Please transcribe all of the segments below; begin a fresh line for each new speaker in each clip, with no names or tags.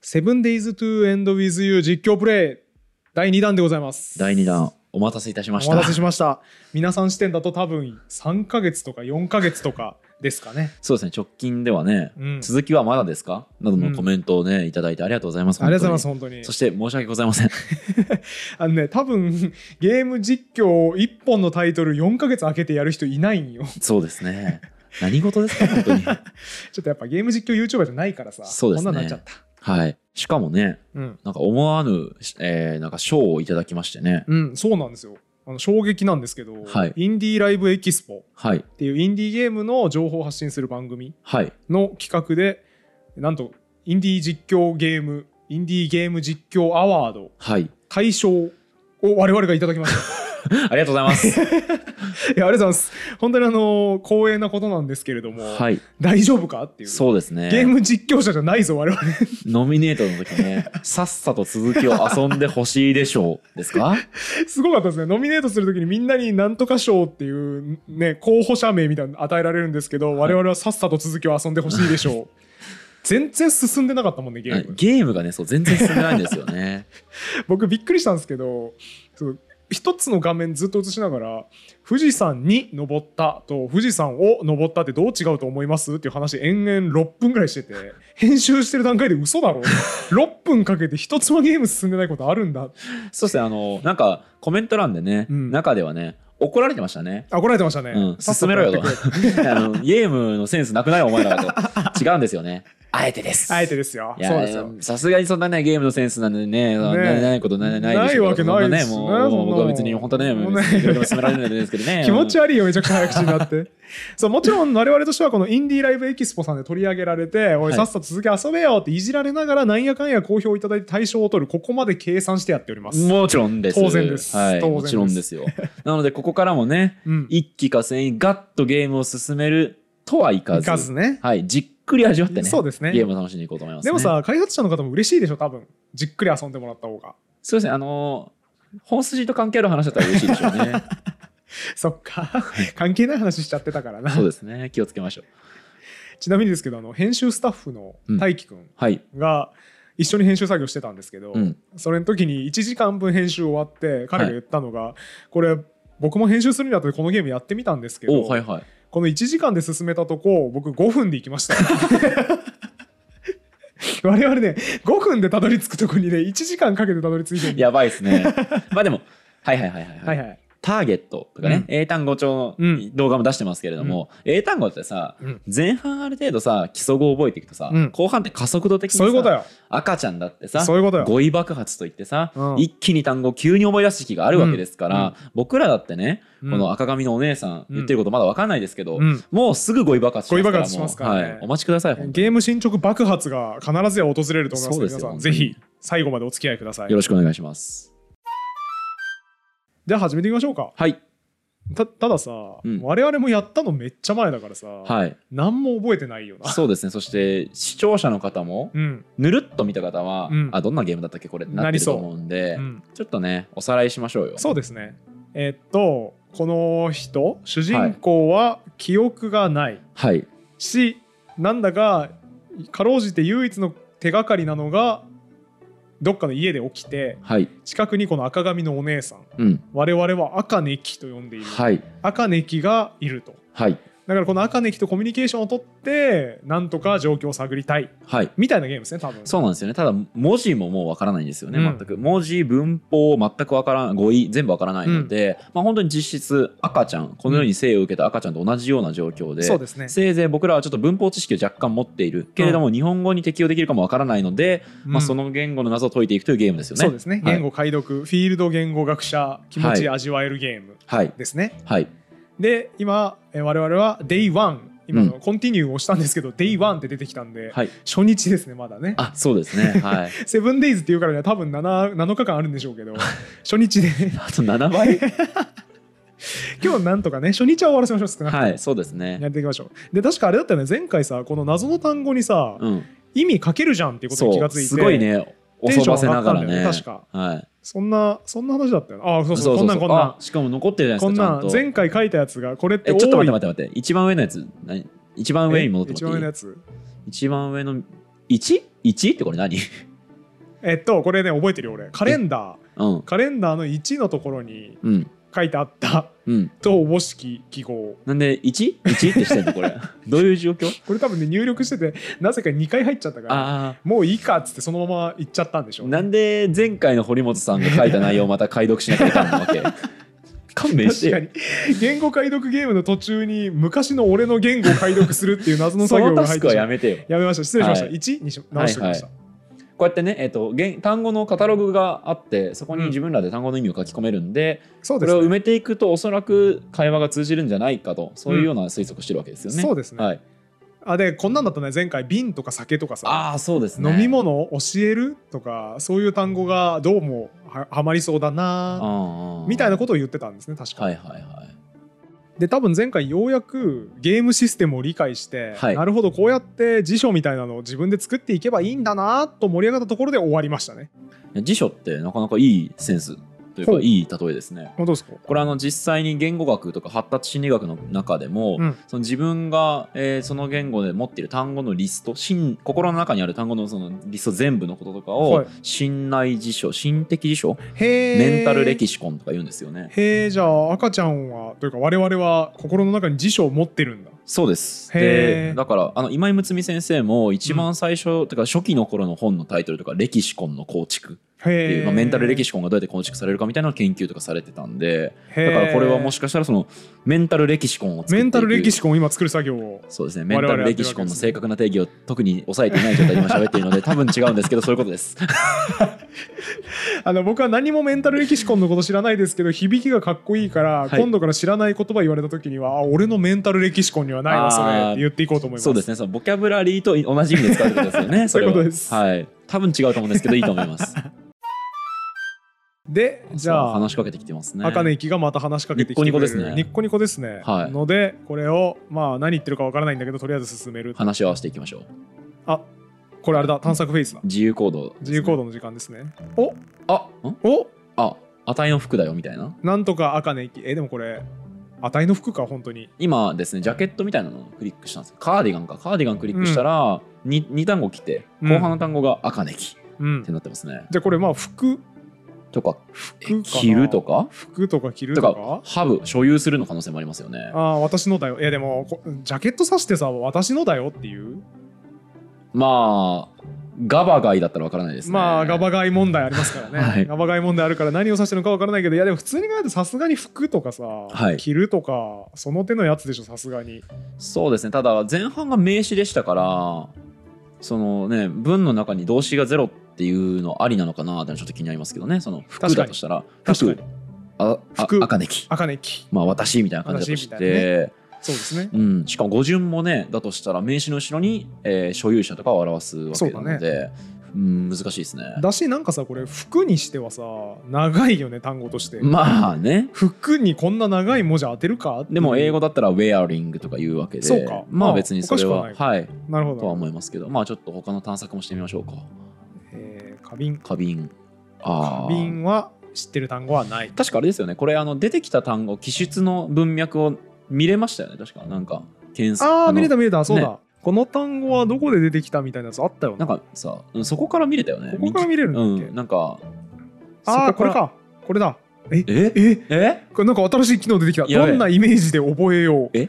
セブンデイズトゥエンドウィズユー実況プレイ第2弾でございます。
第2弾お待たせいたしまし
お
た
待たせしました。皆さん視点だと多分3ヶ月とか4ヶ月とかですかね。
そうですね直近ではね、
うん。
続きはまだですかなど
うん
のコメントをねいただいてありがとうございます
ありがとうございます、
本
本当
当
に
にそ。して申し訳ございません
あのね、多分ゲーム実況1本のタイトル4ヶ月空けてやる人いないんよ。
そうですね何事ですか本当に
ちょっとやっぱゲーム実況 YouTuber じゃないからさ、
そうですね
こんなんなっちゃった。
はいしかもね
うん。
なんか思わぬ、えーなんか賞をいただきましてね、
うん、そうなんですよ。あの衝撃なんですけど、
はい
インディーライブエキスポ
はい
っていうインディーゲームの情報を発信する番組
はい
の企画でなんとインディー実況ゲームインディーゲーム実況アワード
はい
大賞を我々がいただきました。
ありがとうございま す
いやありがとうございます。本当にあの光栄なことなんですけれども、
はい
大丈夫かっていう
そうですね
ゲーム実況者じゃないぞ我々。
ノミネートの時ねさっさと続きを遊んでほしいでしょうですか
すごかったですね。ノミネートするときにみんなになんとか賞っていうね、候補者名みたいなの与えられるんですけど、我々はさっさと続きを遊んでほしいでしょ う。全然進んでなかったもんね、ゲ
はい
ーム。
ゲームがねそう全然進んでないんですよね
僕びっくりしたんですけど、そう一つの画面ずっと映しながら、富士山に登ったと富士山を登ったってどう違うと思いますっていう話延々6分ぐらいしてて、編集してる段階で嘘 だろ ?6 分かけて一つもゲーム進んでないことあるんだ。
そうですね、あの、なんかコメント欄でね、
うん
中ではね、怒られてましたね。
あ、怒られてましたね。
うん
さっさ
進めろよと
やってくれ
あのゲームのセンスなくないお前らが と。違うんですよね。あえてです。
あえてですよ。
い
そう
や
ですよ。
さすがにそんなねゲームのセンスなんでね、そんなないことないないでしょ
ないわけないです
そん
よねそ
ね。もう
んなの
僕は別に本当ね、
も
も
う
う
ね。
ね、いろいろ進められないですけどね
気持ち悪いよめちゃくちゃ早口になって そうもちろん我々としてはこのインディーライブエキスポさんで取り上げられて、お
はいい
さっさと続け遊べよっていじられながらなんやかんや好評いただいて大賞を取るここまで計算してやっております、
もちろんです。
当然です
はい、
当然です
もちろんですよ。なのでここからもね、
うん、
一気かせんガッとゲームを進めるとはいか
い
ず、
かずね
はい、じっくり味わってね、
そうですね
ゲームを楽しんでいこうと思います、ね。
でもさ開発者の方も嬉しいでしょ多分じっくり遊んでもらった方 が
そうですね、あのー本筋と関係ある話だったら嬉しいでしょう ね。
そっか関係ない話しちゃってたからな
そうですね、気をつけましょう。
ちなみにですけどあの編集スタッフの
うん
大輝くん
はい。
が一緒に編集作業してたんですけど、
うん。
それの時に1時間分編集終わって彼が言ったのが、これ僕も編集するにあたってこのゲームやってみたんですけど、
おはいはい。
この1時間で進めたとこ僕5分で行きました 我々ね5分でたどり着くとこにね1時間かけてたどり着いてる
やばいですね。 まあでも、はいはいはいはい、
はいはい
ターゲットとかね、
うん
英単語帳
う
の
ん
動画も出してますけれども、英単語ってさ、
うん
前半ある程度さ、基礎語を覚えていくとさ、
うん
後半って加速度的に
そ
さ
ういうことよ
赤ちゃんだってさ、
そういうことよ
語彙爆発といってさ、
うん
一気に単語を急に思い出す時期があるわけですから、僕らだってね、
うん
この赤髪のお姉さん、
うん
言ってることまだ分かんないですけど、
うん
もうすぐ語彙爆発します
語
から
彙爆発しますからね
もうはい、お待ちください本当に
ゲーム進捗爆発が必ずや訪れると思います
そ
の
うで
です皆
よ
さん
本当
ぜ
に
ひ最後までお付き合いください
よろしくお願いします
じゃあ始めていきましょうか
はい
たたださ、
うん
我々もやったのめっちゃ前だからさ、
はい
何も覚えてないよな
そうですねそして視聴者の方も
うん
ぬるっと見た方は、
うん
あどんなゲームだったっけこれってな
な
っ
り
てる
そう
と思うんで、
うん
ちょっとねおさらいしましょうよ
そうですねえっとこの人主人公は記憶がない
はい
し、なんだかかろうじて唯一の手がかりなのがどっかの家で起きて
はい
近くにこの赤髪のお姉さん
うん
我々は赤ネキと呼んでいる、
はい
赤ネキがいると
はい
だからこの赤ネキとコミュニケーションを取ってなんとか状況を探りたい
はい
みたいなゲームですね多分
そうなんですよねただ文字ももうわからないんですよね、
うん
全く文字文法全くわからん語彙全部わからないので、まあ本当に実質赤ちゃんこのように生を受けた赤ちゃんと同じような状況で、
そうですね、
せいぜい僕らはちょっと文法知識を若干持っているけれども、日本語に適用できるかもわからないので、まあ、そ
の
の言語の謎を解いていくというゲームですよね。
そうですね
はい
言語解読、フィールド言語学者気持ち味わえるゲーム
はい、
ですね、
はい、
で今、えー我々は Day1 今の
う
コンティニューをしたんですけど、Day1 って出てきたんで、
はい、
初日ですねまだね
あそうですね、 はい、
セブンデイズっていうからね多分 7, 7日間あるんでしょうけど初日で
あと7倍、
今日なんとかね初日は終わらせましょう少なくとも
はい、そうですね。
やっていきましょうで確かあれだったよね前回さこの謎の単語にさ、
うん、
意味書けるじゃんっていうことに気
そ
が
う、
ついて
すごいね、
テンション
襲わ
上
せ
が
な
った
が
んだ
ら
よね
ね、
確か
はい、
そんなそんな話だったよなあそうそうこんなんこんなん
あしかも残ってるじゃない
こ
で
ん
す
な
か、ちゃ
ん
んと。
前回書いたやつがこれって
え、
多い
ちょっと待って待って待って、一番上のやつ、何一番上に戻って
一
も
番
らっ
上
て
の
いい
やつ
一番上の 1?1 ってこれ何
えっとこれね覚えてるよ俺カレンダー
うん
カレンダーの1のところに
うん
書いてあ った
うん
「とおぼしき記号
なんで 1?1 ってしてんの これどういう状況」
これ多分ね入力しててなぜか2回入っちゃったから
あ
もういいかっつってそのまま行っちゃったんでし
あ
ょうね
なんで前回の堀本さんが書いた内容をまた解読しなきゃいけな いわけ勘弁して
確か
よ
に言語解読ゲームの途中に昔の俺の言語を解読するっていう謎の
そ
作業が
のタ
入っ
ス
てしま
クは
う
やめてよ
やめました失礼しました、
は
1にし直しておきました、
こうやってね、えっと言単語のカタログがあってそこに自分らで単語の意味を書き込めるんで、
そう
こ
で
れ
す
を埋
ね
めていくとおそらく会話が通じるんじゃないかとそういうような推測をしてるわけですよね。
そうですね
はい、
あでこんなんだったね前回瓶とか酒とかさ
ああそうですね。
飲み物を教えるとかそういう単語がどうもははまりそうだな
ああ
みたいなことを言ってたんですね確か、
はいはいはい。
で多分前回ようやくゲームシステムを理解して、
はい
なるほどこうやって辞書みたいなのを自分で作っていけばいいんだなと盛り上がったところで終わりましたね
辞書ってなかなかいいセンスというか
ほう
いい例えですね。
本当ですか
これあの実際に言語学とか発達心理学の中でも、
うん
その自分が、えーその言語で持っている単語のリスト心心の中にある単語のそのリスト全部のこととかを、
はい
信頼辞書心的辞書
へえ
メンタル歴史婚とか言うんですよね。
へえじゃあ赤ちゃんはというか我々は心の中に辞書を持ってるんだ
そうです。
へー
で、だから、あの、今井睦美先生も一番最初、てか初期の頃の本のタイトルとか、歴史婚の構築って
へ
い
え、
う、まあ、メンタル歴史婚がどうやって構築されるかみたいなのを研究とかされてたんで、
へ
だ
ー
からこれはもしかしたらその、メンタル歴史婚を作ってい
メ
く
ンタル歴史婚を今作る作業を
そうですね。メ
我
ン
々
タ
は
ル
やってるわけですね
歴史婚の正確な定義を特に抑えていない状態で今喋っているので、多分違うんですけど、そういうことです。
あの僕は何もメンタル歴史婚のこと知らないですけど響きがかっこいいから、
はい
今度から知らない言葉言われた時にはあ俺のメンタル歴史婚にはないわそれ
あー
って言っていこうと思います
そうですね。そのボキャブラリーと同じ意味で使うってことですよね。
そういうことです
れははい。多分違うと思うんですけど、いいと思います。
でじゃ
そう
あ
話しかけてきてますね。
赤根きがまた話しかけてきてくれる
ニッコニコですね
ニッコニコですね、
はい
のでこれをまあ何言ってるかわからないんだけどとりあえず進めると
話し合わせていきましょう。
あこれあれだ探索フェイスだ
自由行動、
自由行動の時間ですねお
動あん
お
あ値の服だよみたいな
なんとか赤根きえでもこれ値の服か本当に
今ですねジャケットみたいなのをクリックしたんですけどカーディガンかカーディガンクリックしたら、に二 2, 単語来て
うん
後半の単語が「赤ねき」
うん
ってなってますね、
じゃあこれまあ服
とか
服
え
かな
「着る」とか
服とか着る
と
とか
か「ハブ」所有するの可能性もありますよね
ああ私のだよいやでもこジャケットさしてさ私のだよっていう
まあガバガイだったらわからないですね
まあガバガイ問題ありますからね、
はい
ガバガイ問題あるから何を指してるのかわからないけどいやでも普通に考えてさすがに服とかさ、
い
着るとかその手のやつでしょさすがに
そうですねただ前半が名詞でしたからそのね文の中に動詞がゼロっていうのありなのかなってのはちょっと気になりますけどねその服だとしたら
確かに
服ああ
服
赤ねき
赤根き
まあ私みたいな感じだとし
私みたい
て、
そうですね
うん、しかも語順もねだとしたら名詞の後ろに、えー所有者とかを表すわけなの
そう
でう、ん、難しいですね
だしなんかさこれ服にしてはさ長いよね単語として、
まあね
服にこんな長い文字当てるかっていう
でも英語だったら「ウェアリング」とか言うわけで
そうかま
ま
あ
あ別にそれは
おかしく
はい
なるほ
とは
ど、
思いますけどまあちょっと他の探索もしてみましょうか
えー、花瓶
花瓶
花
ああ
瓶は知ってる単語はない
確かあれですよねこれあの出てきた単語記述の文脈を見れましたよね確かなんか検索
ああ
の
見れた見れたそうだ、
ね
この単語はどこで出てきたみたいなやつあったよね
なんかさうんそこから見れたよね
ここから見れるんだっけ、
うんなんか
ああ
そ
これかこれだえ
え
え
え
これなんか新しい機能出てきた
や
ど
べえ
んなイメージで覚えよう
え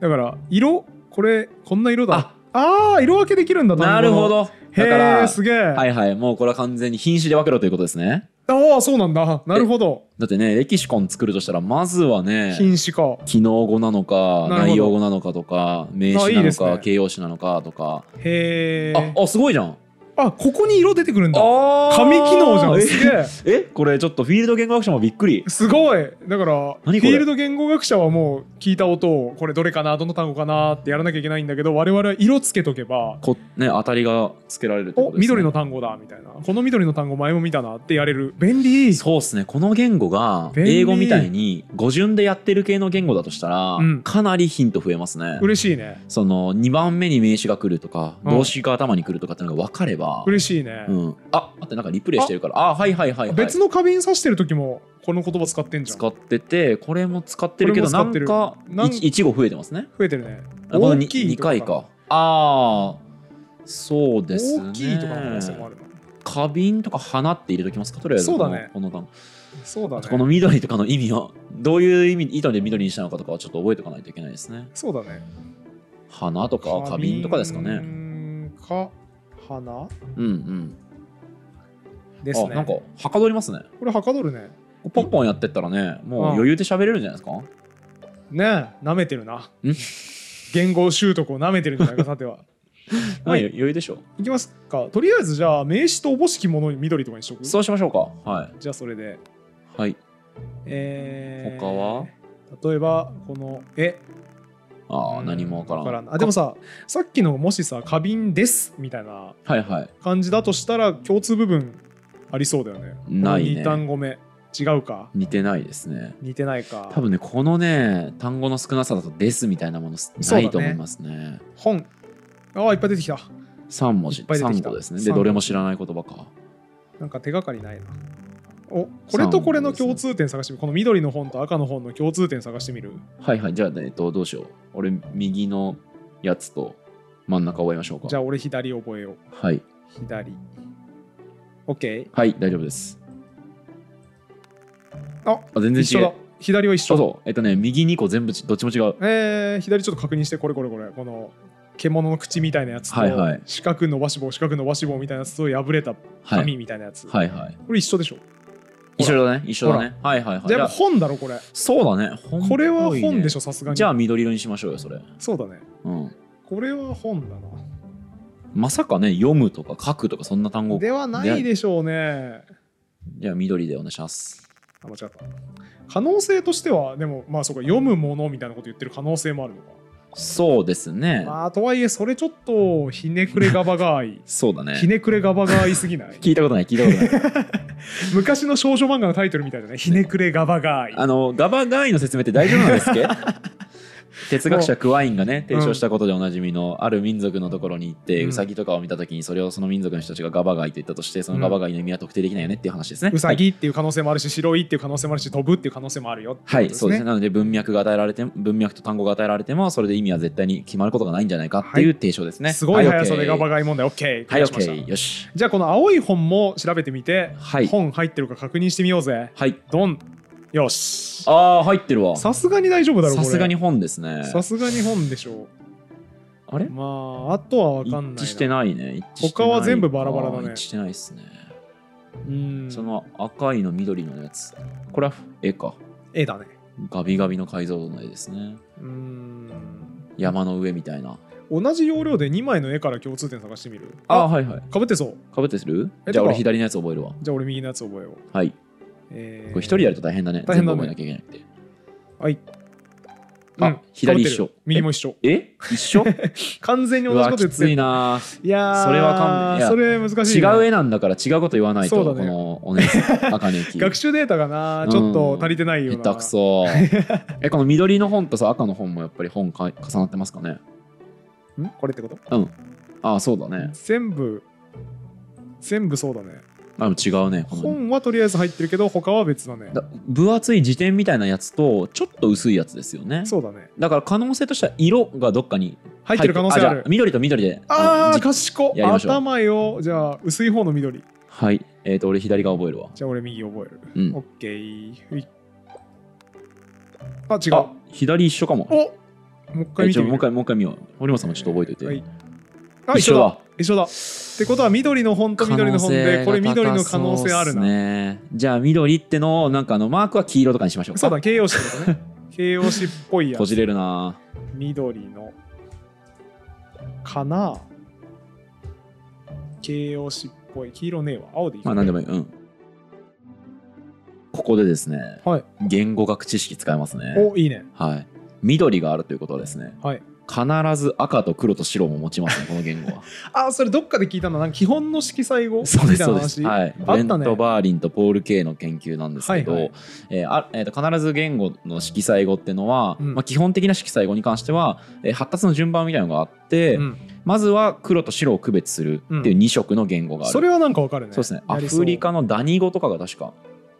だから色これこんな色だ
あ
ああー色分けできるんだ単語の
なるほどだか
へえ
ら
すげえ、
はいはいもうこれは完全に品種で分けろということですね
ああそうなんだなるほど
だってね歴史婚作るとしたらまずはね
品種か
機能語なのか
なるほど
内容語なのかとか名詞
あい
ない
で
の
すね
か形容詞なのかとか
へえ
ああすごいじゃん
あここに色出てくるんだ
あ
紙機能じゃんすげえ
ええこれちょっとフィールド言語学者もびっくり
すごいだからフ
何
ィ
これ
ールド言語学者はもう聞いた音をこれどれかなどの単語かなってやらなきゃいけないんだけど我々は色つけとけば
こね当たりがつけられるってこ
お
とです、ね、
緑の単語だみたいなこの緑の単語前も見たなってやれる便利
そうですねこの言語が
便利
英語みたいに語順でやってる系の言語だとしたら、
うん
かなりヒント増えますね
嬉しいね
その2番目に名詞が来るとか
うん
動詞が頭に来るとかっていうのが分かれば、
嬉しいね、
うん、ああってなんかリプレイしてるからあはいはいはい、はい、
別の花瓶刺してる時もこの言葉使ってんじゃん
使
増
っててこれも使ってるけど
これ
な
も使
ん
ってる
か
なん
1号増えてますね
えてるね
あこの
大
に
きい
2
とか
回かああそうですね
大きいとかの可能性もあるな
花瓶とか花って入れときますかとりあえず
そうだ
この
ね
この単語
そうだ
この
ね
緑とかの意味をどういう意味意図で緑にしたのかとかはちょっと覚えておかないといけないですね
そうだね
花とか花瓶とかですかね
ねか花
うんうん
ですね
あなんかはかどりますね
これはかどるね
ポンポンやってったらねもう
うん
余裕で喋れるんじゃないですか、
ねえなめてるなん言語習得をなめてるんじゃないかさて は
まあ余裕でしょう
いきますかとりあえずじゃあ名詞とおぼしきものに緑とかにしとく
そうしましょうかは
じゃあそれで
いはい
えー
他は
例えばこの「え」
あ
う
あ
ん
何もわからん
あでもささっきのもしさ「花瓶です」みたいな
はいはい
感じだとしたら共通部分ありそうだよね
ないね
2単語目違うか
似てないですね
似てないか
多分ねこのね単語の少なさだと「です」みたいなものす
そうだ
な
ね
いと思いますね
本ああいっぱい出てきた
三3文字
いっぱい出てき
3
た
個ですね
三
で
個
どれも知らない言葉か
なんか手がかりないなおこれとこれの共通点探してみるこの緑の本と赤の本の共通点探してみる
はいはいじゃあ、えっと、どうしよう俺右のやつと真ん中終えましょうか
じゃあ俺左覚えよう
はい
左 OK
はい大丈夫です
あ
あ全然
一緒
違
だ
う
左は一
そう
緒
そうえっとね右2個全部ちどっちも違う
えー、左ちょっと確認してこれこれこれこの獣の口みたいなやつと、
はいはい
四角伸ばし棒四角伸ばし棒みたいなやつと破れた
はい
紙みたいなやつ、
はいはい
これ一緒でしょ
一緒だね一緒だねはいはいはい
じゃあやっぱ
いや
本だろこれ
そうだね本
これは
っぽいね
本でしょさすがに
じゃあ緑色にしましょうよそれ
そうだね
うん
これは本だな
まさかね読むとか書くとかそんな単語
ではないでしょうね
じゃあ緑でお願いします
あ間違った可能性としてはでもまあそうか読むものみたいなこと言ってる可能性もあるのか
そうですね
まあとはいえそれちょっとひねくれがばがい
そう だね
ひねくれがば がいすぎない
聞いたことない聞いたことない
昔の少女漫画のタイトルみたいだねひねくれがばがい
あのガバガイの説明って大丈夫なんですっ け哲学者クワインがね提唱したことでおなじみの、ある民族のところに行って、
う
うんさウサギとかを見た時にそれをその民族の人たちがガバガイと言ったとしてそのガバガイの意味は特定できないよねっていう話です ね、
うさ
はい
ぎっていう可能性もあるし、白いっていう可能性もあるし、飛ぶっていう可能性もあるよってこと
は
で
い、
すね。
そうですね。なので文脈が与えられて文脈と単語が与えられてもそれで意味は絶対に決まることがないんじゃないかっていう提唱ですね。
すごい速さでガバ
が。
ガイ問題、OK。
は
クリ
い、オ
アし
ッ
ま
ケ
した
ー、よし。
じゃあ、この青い本も調べてみて、
はい、
本入ってるか確認してみようぜ。
はい。
ドン。よし。
ああ、入ってるわ。さ
さすがに大丈夫だろ、これ。
すがに。本ですね。
さすがに本でしょ
あれ
う。まあ、あとは分
一
かんないな。
致してないね。一致してない
他は全部バラバラだね
あー一致してないですね。
うん。
その赤いの緑のやつ。これは絵か。
絵だね。
ガビガビの解像度の絵ですね。
うん。
山の上みたいな。
同じ要領で2枚の絵から共通点探してみる。
ああー、はいはい。
かぶってそう。
かぶってする
え
じ
て
ゃあ
か
俺左のやつ覚えるわ。
じゃあ、俺右のやつ覚えよう。
はい。
え
こ
ー
れ一人やると大変だね。
大変だ
全部
ね
覚えなきゃいけなくて。
はい。
あ
うん
左一緒
被ってる右も一緒。
え一緒
完全に
う
同じ
わ
こと言
き
って
つ
る
いな
それは
それは勘弁いや
それ難しい
違
な
う絵なんだから違うこと言わないと、
そうだ
こ
ね
のお姉さん赤ねき
学習データがなちょっと足りてないような
下手 くそえこの緑の本とさ赤の本もやっぱり本か重なってますかね
んこれってこと
ああそうだね
全部全部そうだね
あでも違うねこの
本はとりあえず入ってるけど他は別だね
だ分厚い辞典みたいなやつとちょっと薄いやつですよね
そうだね
だから可能性としては色がどっかに
入ってる可能性あ
じゃ
る
緑と緑で
あー
のじ
賢
やりましょう
頭よじゃあ薄い方の緑
はいえっ、と俺左が覚えるわ
じゃあ俺右覚える、
うん
オッケーはいあ違
あ
う
左一緒かも
おもう一
え
回見
ち
て
ょ
みる
もう一回もう一回見よう堀本さんもちょっと覚えておいて、
はい、あ一
一
緒
緒
だ
だ
一緒だってことは緑の本と緑の本でこれ緑の可能性あるな
ねじゃあ緑ってのをなんかあのマークは黄色とかにしましょうか
そうだ形容詞ってことね形容詞っぽいや
こじ
つ
れるな
緑のかな形容詞っぽい黄色ねえわ青でいい
ま
か
あ何でもいいうんここでですね、
はい
言語学知識使えますね
おいいね
はい緑があるということはですね、
はい
必ず赤と黒と白も持ちますねこの言 語は
あそれどっかで聞いたのなんか基本の色彩語
そうで
み
す
たい
そう
な
です、
話
はい、
あ
ブ
っ
レン
たね
ト・バーリンとポール・ケイの研究なんですけど、
はいはい
えーあえーと必ず言語の色彩語ってのは、
うん
まあ、基本的な色彩語に関しては、えー発達の順番みたいなのがあって、
うん
まずは黒と白を区別するっていう2色の言語がある、
それはなんかわかるね
そうですね
や
ア
りそう
フリカのダニ語とかが確か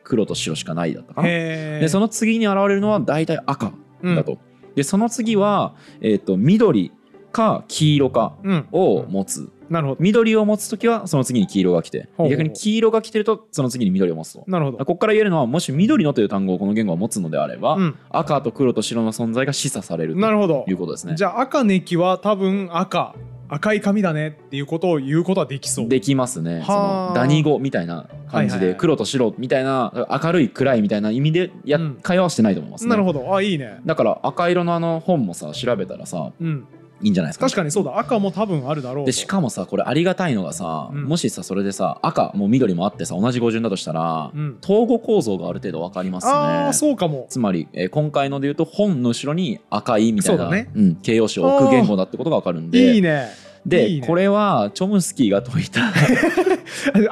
黒と白しかないだったかな
へえ
でその次に現れるのは大体赤だと、でその次は、えー、と緑か黄色か
うん
を持つ
なるほど
緑を持つ時はその次に黄色が来て
ほうほう
逆に黄色が来てるとその次に緑を持つと
なるほど
ここから言えるのはもし緑のという単語をこの言語は持つのであれば、
うん
赤と黒と白の存在が示唆される
な
と
るほど
いうことですね
じゃあ赤ネキは多分赤赤い髪だねっていうことを言うことはできそう
できますね
は
その
あ
ダニ語みたいな感じ
はいはい
で
はい
黒と白みたいな明るい暗いみたいな意味でや、
うん
会話はしてないと思いますね
なるほどあいいね
だから赤色のあの本もさ調べたらさ
うん
いいんじゃないですか
確かにそうだ赤も多分あるだろうと
でしかもさこれありがたいのがさ、
うん
もしさそれでさ赤も緑もあってさ同じ語順だとしたら、
うん
統合構造がある程度分かりますね
ああそうかも
つまり、えー今回ので言うと本の後ろに赤いみたい
そ
な
うだね
ん、形容詞を置く言語だってことが分かるんで
いいね
で
いいね
これはチョムスキーが解い た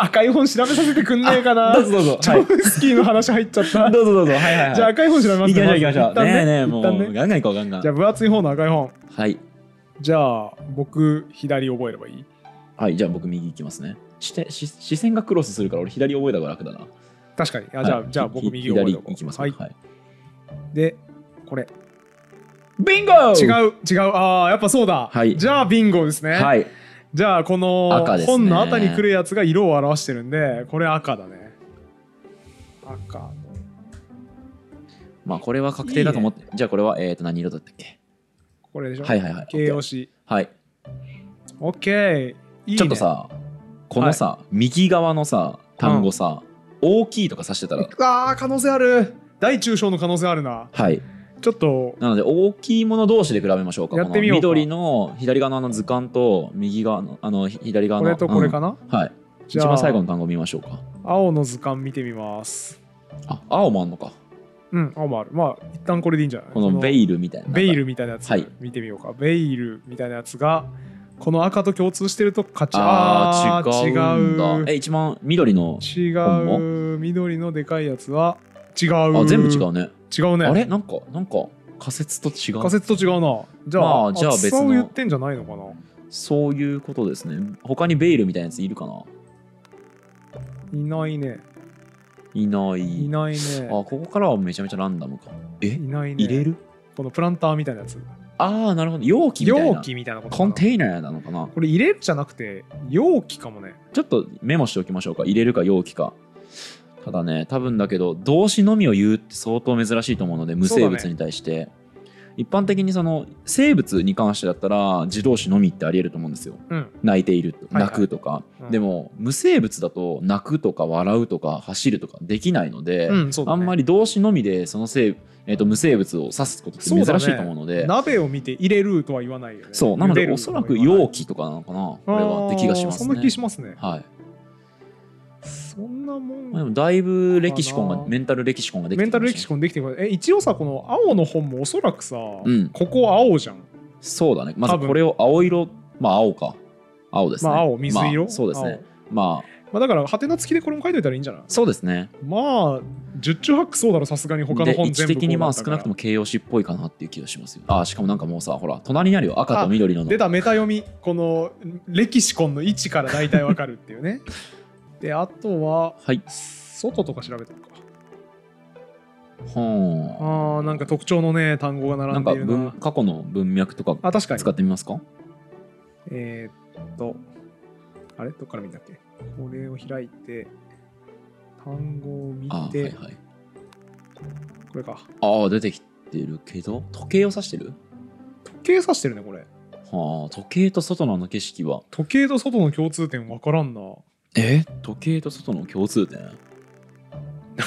赤い本調べさせてくんねえかな
どうぞどうぞ、
チ
はい、
ョムスキーの話入っちゃった
どうぞどうぞはいはいはい
じゃあ赤い本調べます
行き
ね
ましょう行き
ま
ま
ず
しょう
一旦
ねえねえもう
一旦ね
ガンガン行こうガンガン
じゃあ分厚い方の赤い本
はい
じゃあ僕左覚えればいい
はいじゃあ僕右行きますねしてし視線がクロスするから俺左覚えた方が楽だな
確かにあじゃあ
はい
じゃあ
ひ
僕右覚え
左
れば
行きます
は
はいい
でこれ
ビンゴ
違う違うああやっぱそうだ
はい
じゃあビンゴですね
はい
じゃあこの
赤ですね
本の後に来るやつが色を表してるんでこれ赤だね赤
まあこれは確定だと思ってじゃあこれはえっ、と何色だったっけ
これでしょ
はいはいはい
形容詞
はい
オッケーいいね
ちょっとさこのさ、右側のさ単語さ、大きいとか指してたら
あー可能性ある大中小の可能性あるな
はい
ちょっと
なので大きいもの同士で比べましょうか
やってみようか
この緑の左側のあの図鑑と右側のあのひ左側
こ
の
れとこれか
な、
な、
うんはい一
じゃあ
番最後の単語見ましょうか
青の図鑑見てみます
あ青もあんのか
うん青もあるまあ一旦これでいいんじゃない
このベ
イ
イルみたいな
ベイルみたいなやつ
はい
見てみようか、ベイルみたいなやつがこの赤と共通してると勝ち
あ
ー
ー違うんだ
違う
え一番緑の
違
本
う緑のでかいやつは違う
あ全部違うね
違うね
あれなんかなんか仮説と違
仮
う
説と違うなじゃあ,、
まあじゃあ別の
そう言ってんじゃないのかな
そういうことですね他にベイルみたいなやついるかない
ないね
いない
いないね
あここからはめちゃめちゃランダムかえ
いないね
入れる
このプランターみたいなやつ
ああなるほど容器みたいな
容器みたいなことか
コ
な
ンテイナーなのかな
これ入れるじゃなくて容器かもね
ちょっとメモしておきましょうか入れるか容器かただね多分だけど動詞のみを言うって相当珍しいと思うので無生
そうだ
物
ね
に対して、一般的にその生物に関してだったら自動詞のみってありえると思うんですよ
うん
泣いている
はい
泣くとか、
うん
でも無生物だと泣くとか笑うとか走るとかできないので、
うんそうだ
あ
ね
んまり動詞のみでそのせい、えー、と無生物を指すことって珍しいと思うので
鍋を見て入れるとは言わないよね
そうなの
茹
で
る
おそらく
とは言わない
容器とかなのかなこれはって気がします
あーそんな気
ね。
しますね
はい
そんなも
まあ、で
ん
もだいぶレキシコン
か
が
な
メンタルレキシコンができて
メンタルレキシ
コン
コンできてくるえ一応さこの青の本もおそらくさ、
ん
ここ青じゃん
そうだねま
多
ず
分
これを青色まあ青か青ですね
まあ青水色、
まあそうですねまあ
青まあだからハテナ付きでこれも書いといたらいいんじゃない
そうですね
まあ十中八九そうだろさすがに他の
で位
本
置
全部
的にまあ
こ
少
うだ
な
ったか
く
ら
とも形容詞っぽいかなっていう気がしますよあーしかもなんかもうさほら隣にあるよ赤と緑の
でだメタ読みこのレキシコンの位置から大体わかるっていうねであとは
はい
外とか調べたのかあ
ほ
ーなんか特徴のね単語が
ー
並
なん
んで
か
いるな
文過去の文脈とか
あ確かに
使ってみますか
えーっとあれどっから見たっけこれを開いて単語を見
あー
て、
はいはい
これか
あー出てきてるけど時計を指してる
時計指してるねこれ
はあ時計と外のあの景色は
時計と外の共通点わからんな
え時計と外の共通点
なん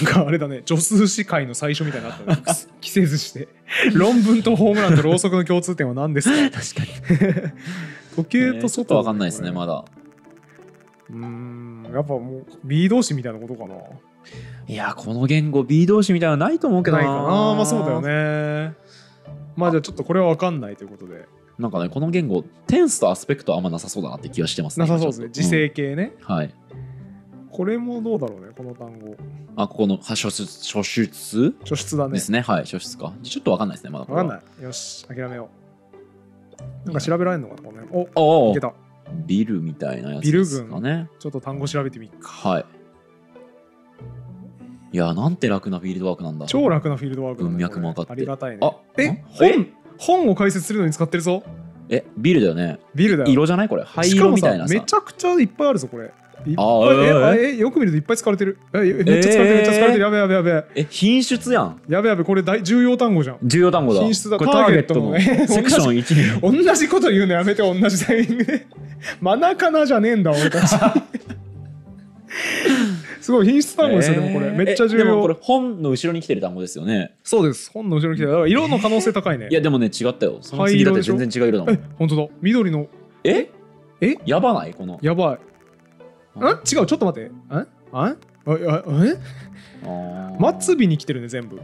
かあれだね、助数詞会の最初みたいになったね。 着せずして。論文とホームランとろうそくの共通点は何です か
確かに
時計と
ちょ
外
っとわかんないですねま
だ。
だ
うーん、やっぱもう B 同士みたいなことかな。
いやこの言語 B 同士みたいなのないと思うけど
な
ない
かな。まあそうだよね。まあじゃあちょっとこれはわかんないということで。
なんかねこの言語テンスとアスペクトはあんまなさそうだなって気がしてます
な
ね
さそうですね。
今
時
ちょっ
制系ね。
とうんはい
これもどうだろうね、この単語。
あここのは初出初出
初出だ
で
ね。
すねはい初出かちょっとわかんないですねまだ
わかんないい。よし、諦めよう。なんか調べられるのかな、この辺。お
お
い
お
けた。
ビルみたいなやつですかね
ちょっと単語調べてみっか。
はいいやなんて楽なフィールドワークなんだ
超楽なフィールドワークだね
文脈も
これ
分かって
ありがたいね
あ
え
ん
本本を解説するのに使ってるぞ
えビールだよね
ビルだよ
色じゃないこれ灰
しか
色
も
みた
さ
いなさ
めちゃくちゃいっぱいあるぞこれいっぱ
あ
いえ
え
あえよく見るといっぱい使われてるええめっちゃ使われてる、めっちゃ使われてるやべやべやべ
え品質やん
やべやべこれ大重要単語じゃん
重要単語だ
品質だ
これ
タ
タ
ー
ー
ゲ
ゲ
ッ
ッ
ト
ト
の
の セクション1に
同じこと言うのやめて同じタイミングで マナカナじゃねえんだ俺たち すごい品質単語ですよ、でもこれめっちゃ重
えでもこ
要
れ本の後ろに来てる単語ですよね
そうです本の後ろに来てるだから色の可能性高いね
いやでもね違ったよその次だって全然違う色だも
え
ん
本当だ緑の
え
え
やばないこの
やばいん違うちょっと待ってんあああえ末
尾
尾に来てるね全部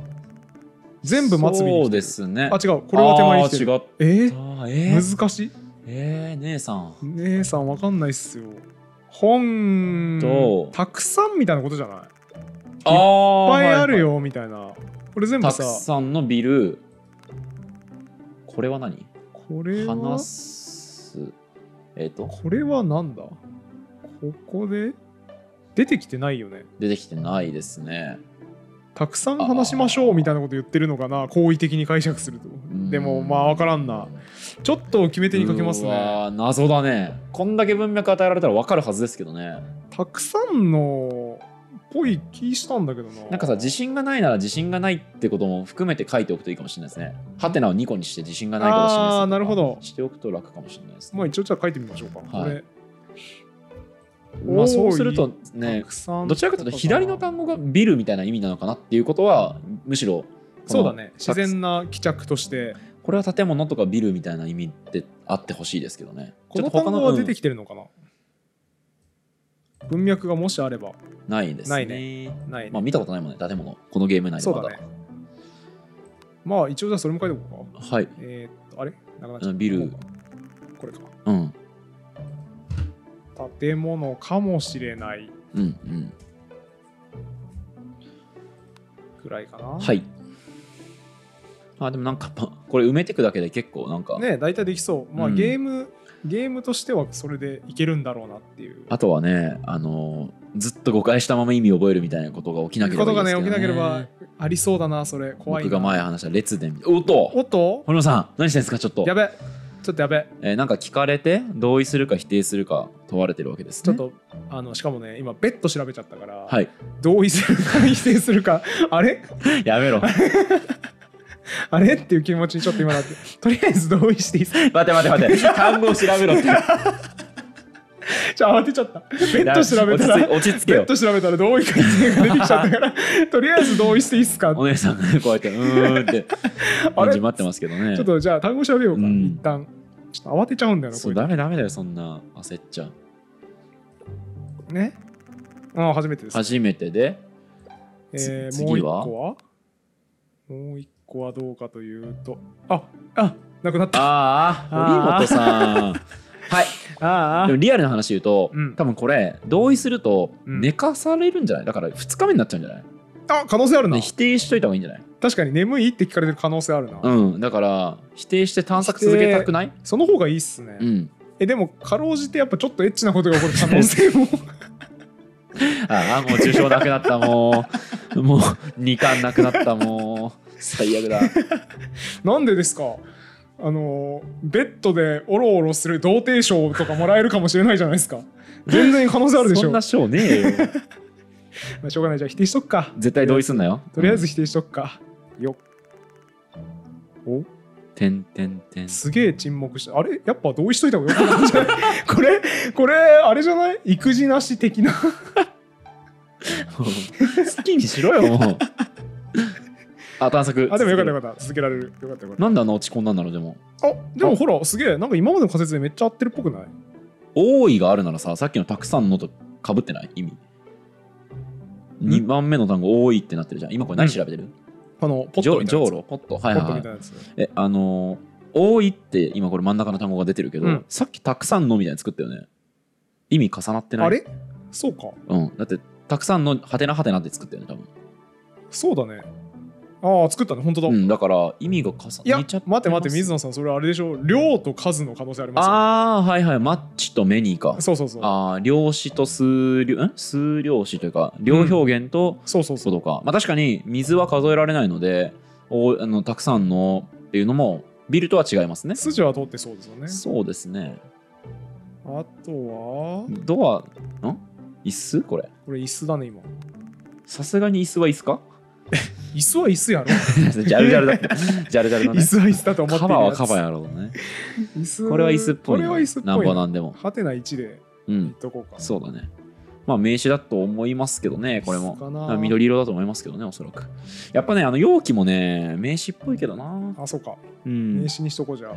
全部末尾に来てる
そうですね
あ違うこれは手前に来てる
あー違った
えー
えー
難しい
えー姉さん
姉さんわかんないっすよ本
どう
たくさんみたいなことじゃないいっ
あ
ぱ
ーはいい
あるよみたいなこれ全部
たく
さ
さんのビルこれは何
これは
話すえっ、と
これはなんだここで出てきてないよね
出てきてないですね
たくさん話しましょうみたいなこと言ってるのかな好意的に解釈すると
ん
でもまあ分からんなちょっと決め手にかけます
う
ね
わー謎だねこんだけ文脈与えられたら分かるはずですけどね
たくさんのっぽい気したんだけどな
なんかさ自信がないなら自信がないってことも含めて書いておくといいかもしれないですねハテナを2個にして自信がないことを示すとか
あーなるほど
しておくと楽かもしれないですね
まあ一応じゃあ書いてみましょうか、
は
こ
い
れ
まあ、そうすると
た
ね
くさん
どちらかというと左の単語がビルみたいな意味なのかなっていうことはむしろこの
そうだね自
たく
然な帰着として
これは建物とかビルみたいな意味ってあってほしいですけどね
この単語は出て
き
きてるのかな、文脈がもしあれば
ないですね
ないないね、
まあ見たことないもんね建物このゲーム内で
そう
ま
だ
だ
ねまあ一応じゃあそれも書いておこうか
はい
えー、っとあれなくなっちゃ
う
っ
ん
た
ビル
これか
うん
建物かもしれない
うんうん
くらいかな
はいあでもなんかまあこれ埋めてくだけで結構なんか、
ね大体できそうまあ、
うん
ゲームゲームとしてはそれでいけるんだろうなっていう
あとはねあのーずっと誤解したまま意味を覚えるみたいなことが起きなけれ
こ
ばい
と
いで
が
す
ね
けど、
起
ね、
きなければありそうだなそれ怖いな
僕が前話した列伝みたいなおっと
おっと
堀本さん何してんですかちょっと
やべちょっとやべ
えーなんか聞かれて同意するか否定するか問われてるわけです、ね、
ちょっと、あのしかもね今ベッド調べちゃったから、
はい
同意する か否定するかあれ
やめろ待
あれっていう気持ちにちょっと今なってとりあえず同意していいですか
って待って待って単語を調べろって
ちょ慌てちゃったベッド調べたら
落ち着落ち着け
ベッ
よ
ド調べたら同意か否定が出てきちゃったから とりあえず同意していいですか
お姉さんがねこうやってうーんって
あれ
返事待ってますけどね
ちょっとじゃあ単語調べようか、
うん
一旦ちょっと慌てちゃうんだよなこ
そう
れ
ダメダメだよそんな焦っちゃう
ねああ初めてです、
初めてで
えー、
つ
もう一
次
個
は
はもう一個はどうかというとああなくなったあ
ああ
あー
堀 本さんはい
あ
でもリアルな話言うと、
うん
多分これ同意すると
うん
寝かされるんじゃないだから2日目になっちゃうんじゃない、
あ可能性あるな
で否定しといた方がいいんじゃない
確かに眠いって聞かれてる可能性あるな、
うんだから否定して探索続けたくない
その方がいいっすね、
うん
えでもかろうじてやっぱちょっとエッチなことが起こる可能性 も
ああもう重症なくなったも うもう2巻なくなったもう最悪だ
なんでですかあのベッドでオロオロする童貞賞とかもらえるかもしれないじゃないです か全然可能性あるでし
そ
ょ
んな賞ねえよ
まあ、しょうがないじゃあ否定しとくか
絶対同意すんなよ
とりあえず否定しとくか、よお
「てんてんてん」
すげえ沈黙してあれやっぱ同意しといた方がよかったんじゃな いこれこれあれじゃない育児なし的な
好きにしろよもうあ探索
あでもよかったよかった続けられるよかったよかっ
なんであんな落ち込んだんだろうでも
たあでもほらすげえなんか今までの仮説でめっちゃ合ってるっぽくない
多いがあるならささっきのたくさんのとかぶってない意味2番目の単語多いってなってるじゃん今これ何調べてる、
このポッ
じ
ト
ょ
み
う
たいな
じょ
や
う
つ
ろポット
ポ
はいはい
ット
は
み
い
たいなやつ
えあのー多いって今これ真ん中の単語が出てるけど、
うん
さっきたくさんのみたいに作ったよね意味重なってない
あれそうか
うん、だってたくさんのハテナハテナって作ったよね多分
そうだねああ作ったね本当だ、
う
い
んだから意味が重
や
なっ
待
ちゃ
っ
って
て待って水
水
野さんそれあれでしょ量と数の可能性ありますよ、
ああはいはいマッチとメニーか
そうそうそう
ああ量子と数量ん数量子というか量表現と
そうそうそ
そうとか、まあ確かに水は数えられないのでおあのたくさんのっていうのもビルとは違いますね。
筋は通ってそうですよね。
そうですね。
あとは、
ドア、ん椅子これ。
これ椅子だね、今。
さすがに椅子は椅子か
椅子は椅子やろ。
ジャルジャルだって。ジャルジャル
椅
だね。
子は椅子だと思って
カ
る
バー
や
は
つ
カバーやろうね。
椅子
これは椅子っぽい
これは椅子っぽい
な
な。
んぼなんでも。
はてな1で
う
言っ
ん。
とこうか。
そうだね。まあ名刺だと思いますけどね、これも
椅子。か
だ
な
から緑色だと思いますけどね、おそらく。やっぱね、あの容器もね、名刺っぽいけどな。
あ、そうか。
うん
名。刺にしとこうじゃあ。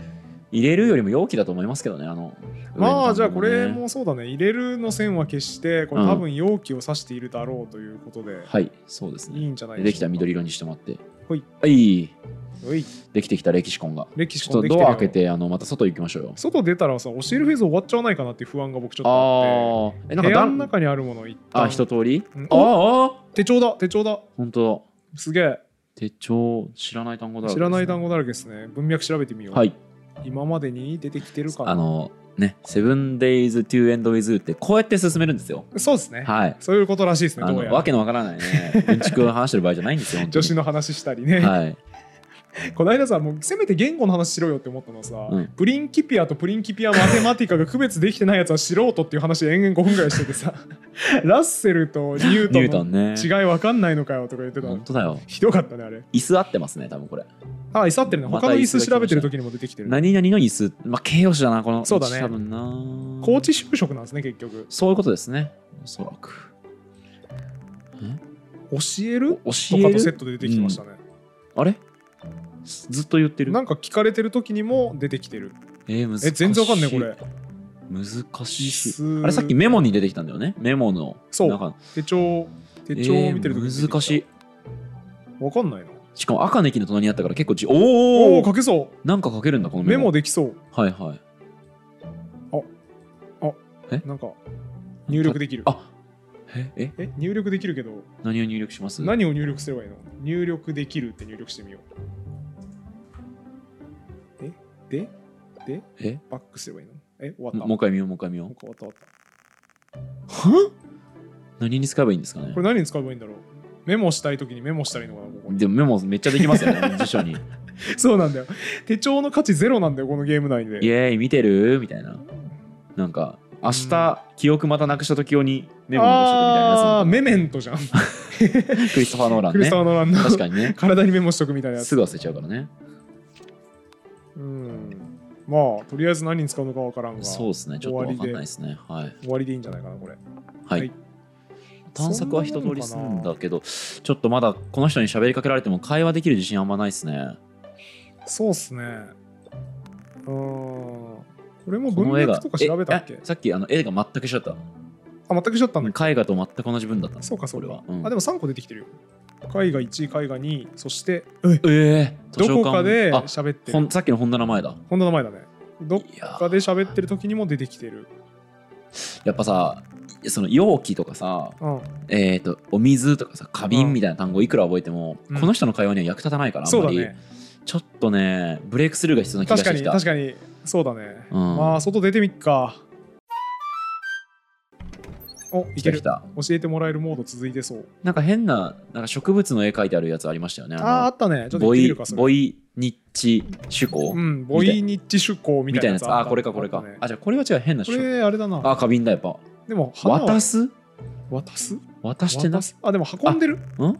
入れるよりも容器だと思いますけどね、あの。
まあ、じゃあこ
上の
れ
段のね
もそうだね。入れるの線は消して、これ多分容器を指しているだろうということで、
はい、そうです
いい
ね。
んじゃない
で
で
で
し
き
ょ
た
うか。
緑色にしてもらって。
ほい。
はい。
おい。
できてきた歴史コンが。
歴
ち
史コ
ょっ
ン
と
でき
ド
る
ア
よ
開けて、あの、また外行きましょうよ。
外出たらさ、教えるフェーズ終わっちゃわないかなっていう不安が僕ちょっとあっ
ああ。え、
て。
なん
部屋の中
か段、
にあるもの一旦
あ、一通り
うん
あああ
手帳だ手帳だ
本当
すげえ
手帳、知らない単語だらけ
知らない単語だらけですね文脈調べてみよう、
はい。
今までに出てきてるかな
あの、ね、7 days to end with って、こうやって進めるんですよ。
そうですね、
はい。
そういうことらしいですね
あ
ど
の
うや
わ
ら
けのわからない ね。うんちくを話してる場合じゃないんですよ。本当
女
に
子の話したりね、
はい。
この間さもうせめて言語の話しろよって思ったのはさ、
うん
プリンキピアとプリンキピアマテマティカが区別できてないやつは素人っていう話延々5分ぐらいしてて さラッセルとニュ
ニュー
ー
ト
トン
ンね。
の違いわかんないのかよとか言ってたの
本当だよ。
ひどかったねあれ
椅子合ってますね、多分これ。
あ居座ってるね
また
他の椅子調べてる時にも出てきてる
何々の椅子、まあ、形容詞だな、この。
そうだね
多分な。
高知就職なんですね結局
そういうことですね。おそらく。
教える
お
と
教
か
え
とセッ
る
トで出てきてましたね、
あれずっと言ってる。
なんか聞かれてる時にも出てきてる
えー、難しい。
え全然わかんないこれ。
難
椅
しい。
子
あれさっきメモに出てきたんだよね。メモの中。
そう
なんか
手帳手帳を見てる時に出てきた
えー難しい。
わかんないな
しかも赤の駅の隣にあったから結構じお
お
ー
お書けそ
なんか書けるんだ
う
このメ
メ
モ
モできそう
はいはい
なんか入力できる
あええ
え入力できるけど
何を入力します
何を入力すればいいの入力できるって入力してみようえでで
え
バックすればいいのえ終わった
もう一回見ようもう一回見よ
なん
う
か終わった終わった
は何に使えばいいんですかね
これ何に使えばいいんだろうメモしたい時にメモしたらいいのかなここに
でもメモめっちゃできますよね辞書に
そうなんだよ手帳の価値ゼロなんだよこのゲーム内で
イエーイ見てるみたいななんか明日記憶またなくした時用にメモ残しとくみたいなやつ
あ
な
あー
ん
メメントじゃん、
だクリストファー・ノーラン
クリス
ね
ター・ノーランの
確か にね
体にメモしとくみたいなやつ
すぐ忘れちゃうからね
うんまあとりあえず何に使うのかわからんが
そうですねちょっとわかんないですねはい
終わりでいいんじゃないかなこれ
はい、
はい
探索は一通りするんだけどちょっとまだこの人に喋りかけられても会話できる自信あんまないですね
そうっすねうーんこれも
こ
文
の絵
脈
が
とか調べたっけ
えあさっきあの絵が全く一緒だっ
あ全く一緒だった
た
んだ
絵画と全く同じ分だった
そうかそう
これ
か
は、うん
あでも3個出てきてるよ絵画1絵画2そしてえ
ええ図
ど
書
こ
館
かで
あ
喋って
ほ
る
んさっきの本棚前だ
本田の前だねどっ
いや
かで喋ってる時にも出てきてる
やっぱさその容器とかさ
うん
えっ、とお水とかさ花
う
瓶
ん
みたいな単語いくら覚えても、
うん
この人の会話には役立たないからあん
そう
ま
だ
り、
ね
ちょっとねブレイクスルーが必要な気がし
確か
てき
に
た
確かにそうだね、
うん
まあ外出てみっかおいけ
来た
る
来た
教えてもらえるモード続いてそう
なんか変ななんか植物の絵描いてあるやつありましたよね
あ
あ
ー
の
あったねちょっと行って
ボ
み
イ
るかそれ
ボイニッチ趣向、
うんボイニッチ趣向み
み
たい
た
なや
いなや
つ
つ
った
あこれかこれか
あったね
あじゃあこれは違う変な
こ
趣向
れあれだな
あ花瓶だやっぱ
でも花は
渡す
渡す
渡してな
渡すあでも運んでる
運
運ぶ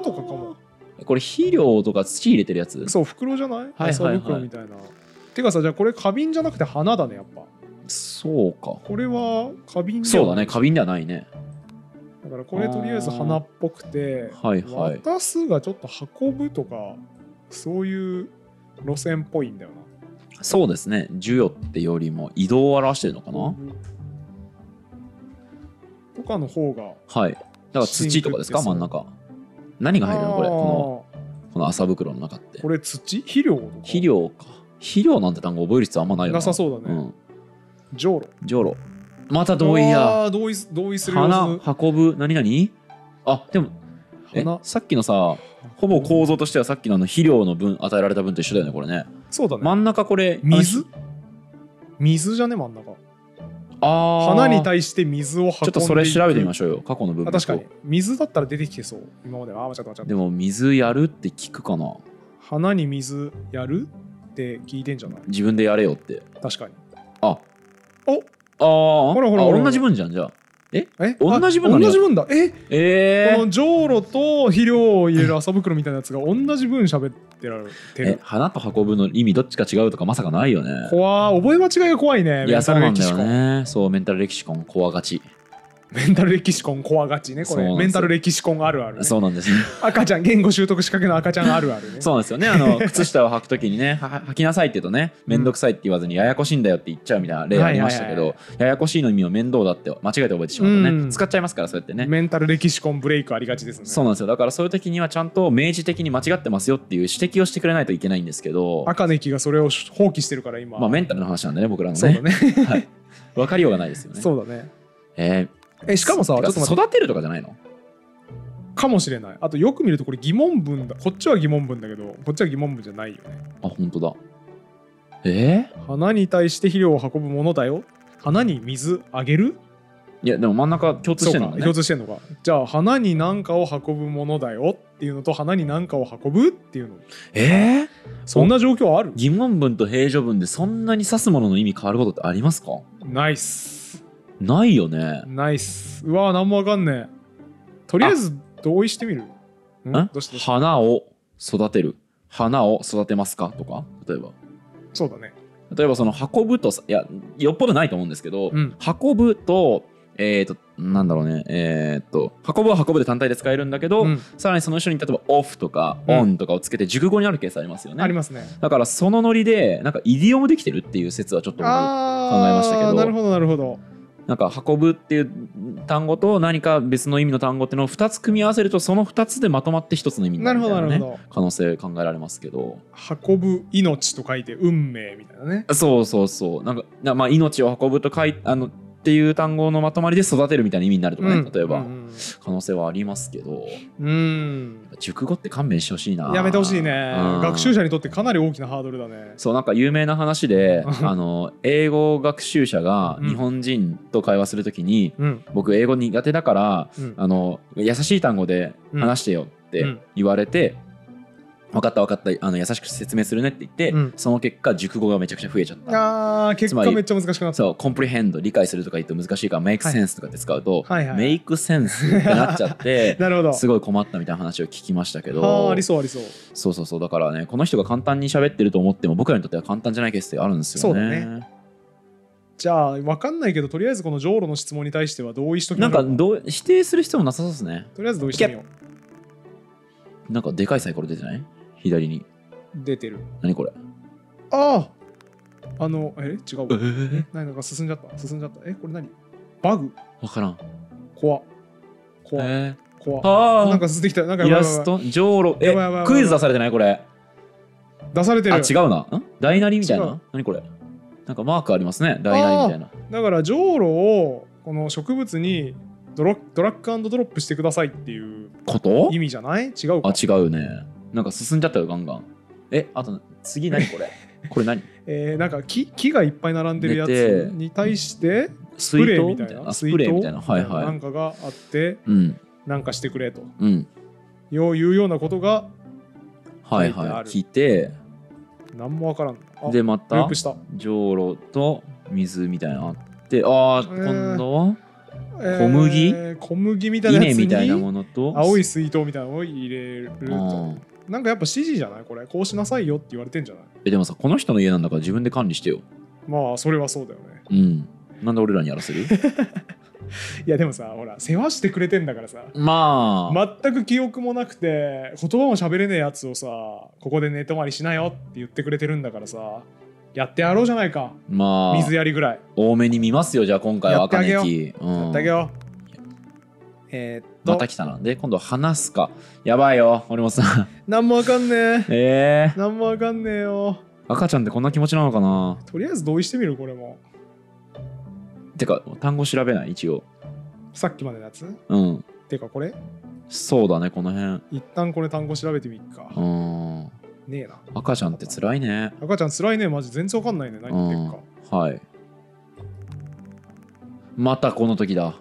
とかかも
これ肥料とか土入れてるやつ
そう袋じゃない
いはいはい
麻袋みたいなてかさじゃあこれ花瓶じゃなくて花だねやっぱ
そうか
これは花瓶では
そうだね花瓶ではないね
だからこれとりあえず花っぽくて
はいはい
渡すがちょっと運ぶとかそういう路線っぽいんだよ
そうですね授与ってよりも移動を表してるのか
な
な
とかの方が
はいだから土とかですか
シンク
真
ってそうん
中何が入るのこれ
あー
このこの麻袋の中って
これ土肥料とか
肥料か肥料なんて単語覚える必要あんまないよな
なさそうだね
ん
じょうろ
じょうろまた同意や
あー同意す同意する様
花
子
運ぶ何々あでもえ
花
さっきのさほぼ構造としてはさっきのあの肥料の分与えられた分と一緒だよねこれね
そうだね、
真ん中これ
水水じゃね真ん中
あー
花に対して水を運んでいく
ちょっとそれ調べてみま
し
しょうよ過去の部
あ
分
確かに水だったら出てきてそう今まではあ間違った間違っ
で
た
も水やるって聞くかな
花に水やるって聞いてんじゃない
自分でやれよって
確かに
あ
お
あー
ほらほら
あ
ほら
同じ分じゃんじゃあ
え
同じ分
あ
なのよ
同じ分だえ
え
こ
ー
のじょうろと肥料を入れる麻袋みたいなやつが同じ分喋ってられて
え
る
花と運ぶの意味どっちか違うとかまさかないよね
怖ー覚え間違いが怖いね
い
メン
やそ
タル
うな
レ
ん
キ
だ
シ
よ
コン、
ねそうメンタルレキシコン怖がち
メンタルレキシコン怖がちねこ
そうな
れ
んですよ
メンタルレキシコンあるある、ね、
そうなんで すよ
赤ちゃん言語習得しかけの赤ちゃんあるあるね
そうなんですよね。あの靴下を履くときにね、は履きなさいって言うとね、面倒くさいって言わずにややこしいんだよって言っちゃうみたいな例ありましたけ
はいは
ど、ややこしいの意味を面倒だって間違えて覚えてしまうと
う
ね、
ん
使っちゃいますからそうやってね。
メンタルレキシコンブレイクありがちですね
そうなんですよ。だからそういう時にはちゃんと明示的に間違ってますよっていう指摘をしてくれないといけないんですけど、
赤ネキがそれを放棄してるから今、
まあメンタルの話なんでね、僕らの
そうだ
ね。
ね
はい。わかりようがないですよね。
そうだね
え
え
ー
しかもさちょ
て
っと待って
育てるとかじゃないの
かもしれないあとよく見るとこれ疑問文だこっちは疑問文だけどこっちは疑問文じゃないよね
あ、本当だ。え
花に対して肥料を運ぶものだよ花に水あげる
ーいや、でも真ん中共通
そ
し
う
て
か
るのがね
共。通してんのかじゃあ花に何かを運ぶものだよっていうのと花に何かを運ぶっていうの
えー
そんな状況ある
疑問文と平常文でそんなに指すものの意味変わることってありますか
ナイス
ないよね。
ナイスうわー何もわかんねえとりあえず同意してみるん
ん
どうしてどうして
花を育てる。花を育てますかとか、例えば。
そうだね
例えばその運ぶとさ、いや、よっぽどないと思うんですけど、
うん
運ぶと、えっ、と、なんだろうね、えっ、と、運ぶは運ぶで単体で使えるんだけど、
うん
さらにその後ろに例えばオフとか
うん
オンとかをつけて熟語になるケースありますよね。
ありますね
だからそのノリで、なんかイディオムできてるっていう説はちょっと僕
あ
考えましたけど
ーなるほどなるほど
なんか運ぶっていう単語と何か別の意味の単語っていうのを2つ組み合わせるとその2つでまとまって1つの意味にな
な
る
る
み
ほ
た
ど
いな、
な
ね、
るほ
可能性考えられますけど
ど運ぶ命と書いて運命みたいなね
そうそうそうなんかなまあ命を運ぶと書いあのっていう単語のまとまりで育てるみたいな意味になるとかね、
うん
例えば、
うん
可能性はありますけど
うん
熟語って勘弁してほしいな
やめてほしいね
うん
学習者にとってかなり大きなハードルだね
そうなんか有名な話で
うん
あの英語学習者が日本人と会話するときに、
うん
僕英語苦手だから
うん
あの優しい単語で話してよって
うん
言われて、分かった分かったあの優しく説明するねって言って、
うん
その結果熟語がめちゃくちゃ増えちゃった。
あー結果めっちゃ難しくなった
そうコンプリヘンド理解するとか言って難しいから make
はい
sense とかって使うと、
はいはい
メイクセンスってなっちゃって
なるほど
すごい困ったみたいな話を聞きましたけ
あー
ど
ありそうありそう
そうそうそうだからねこの人が簡単に喋ってると思っても僕らにとっては簡単じゃないケースってあるんですよね。
そうだじゃあ分かんないけどとりあえずこのジョーロの質問に対しては同意しとき
な
ましょ
んか
う
どう否定する必要もなさそうですね。
とりあえず同意してみよう
なんかでかいサイコロ出てない左に。
出てる
何これ
あああのえ違う
え
わなんか進んじゃった進んじゃったえこれ何バグ
分からん。
怖怖
え
怖
ー、あ
なん
ー
か進んできたなんか
イ
やばいやば
ラ
い
ストじょうろえ
やばいやばいやばい
クイズ出されてないこれ
出されてる
あ違うなんダイナリみたい
違
な
う
何これなんかマークありますねダイナリみたいな
だからジョーロをこの植物にドロドラッグドロップしてくださいっていう
こと
意味じゃない違う
あ
か、
違うねなんか進んじゃったよガンガンえあと次何これこれ何
えーなんか木木がいっぱい並んでるや
出
つ
て
に対して ス
水
プレ
筒
ー
み
み
た
た
い
い
な
な
あスプレーみたいな
水筒
はい
みたな
は
ん
い
かがあって
うん
なんかしてくれと
うん
よういうようなことが
はい
書いて
は
あ
い
る
聞いて
何もわからんあ
でま
ル
た
ープした、
じょうろと水みたいなのあってあー
えー
今度は
小
麦
小麦みたいなや
稲
つ
みたいな
に
ものと
青い水筒みたいなのを入れる
あ
と
ー
なんかやっぱ指示じゃないこれこうしなさいよって言われてんじゃない
えでもさこの人の家なんだから自分で管理してよ
まあそれはそうだよね
うんなんで俺らにやらせ る
いやでもさほら世話してくれてんだからさ
まあ
全く記憶もなくて言葉も喋れねえやつをさここで寝泊まりしなよって言ってくれてるんだからさやってやろうじゃないか
まあ、
水やりぐらい
多めに見ますよ、じゃあ今回は
やってあ
赤
げ
ネ
よう
キ。うん
だけどえーっと、
また来たな。で、今度は話すか。やばいよ、俺もさ。
なんもわかんねえ
ええ
なんもわかんねえよ
赤ちゃんってこんな気持ちなのかな
とりあえず同意してみるこれも
てか、単語調べない一応。
さっきまでのやつ
うん。
てかこれ
そうだね、この辺。
一旦これ単語調べてみっか、
うん。
ねえな
赤ちゃんって辛いね。
赤ちゃんつらいねマジ全然わかんないね何言ってるか、
はい。またこの時だ。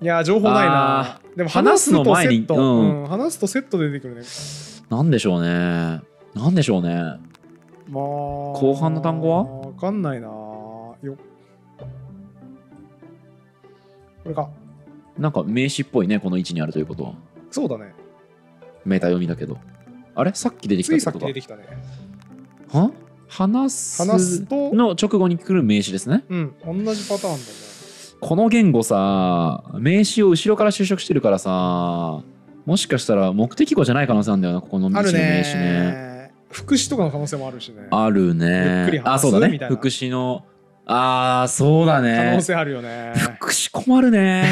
いや情報ないな
あ
でも話すのとセット、
話すの前にうん
うん話すとセットで出てくるね
なんでしょうね。なんでしょうね。
まあ
後半の単語は
分かんないなよこれか
なんか名詞っぽいね、この位置にあるということは。
そうだね
メタ読みだけど。あれさっき出てきた
つ
っ
い
て
さ
こ
っき
とか
出。てきたね
は話す
話すと
の直後に来る名詞ですね。
うん同じパターンだね
この言語さ、名詞を後ろから就職してるからさ、もしかしたら目的語じゃない可能性なんだよな、ここの
あ
名
る
詞の名詞ね。
ね副詞とかの可能性もあるしね
ある
ゆっくり
ね。
話
あ、
す
そうだね
みた。いな
副詞の。ああ、そうだ
可能
ね。
性あるよね
副詞困る ね。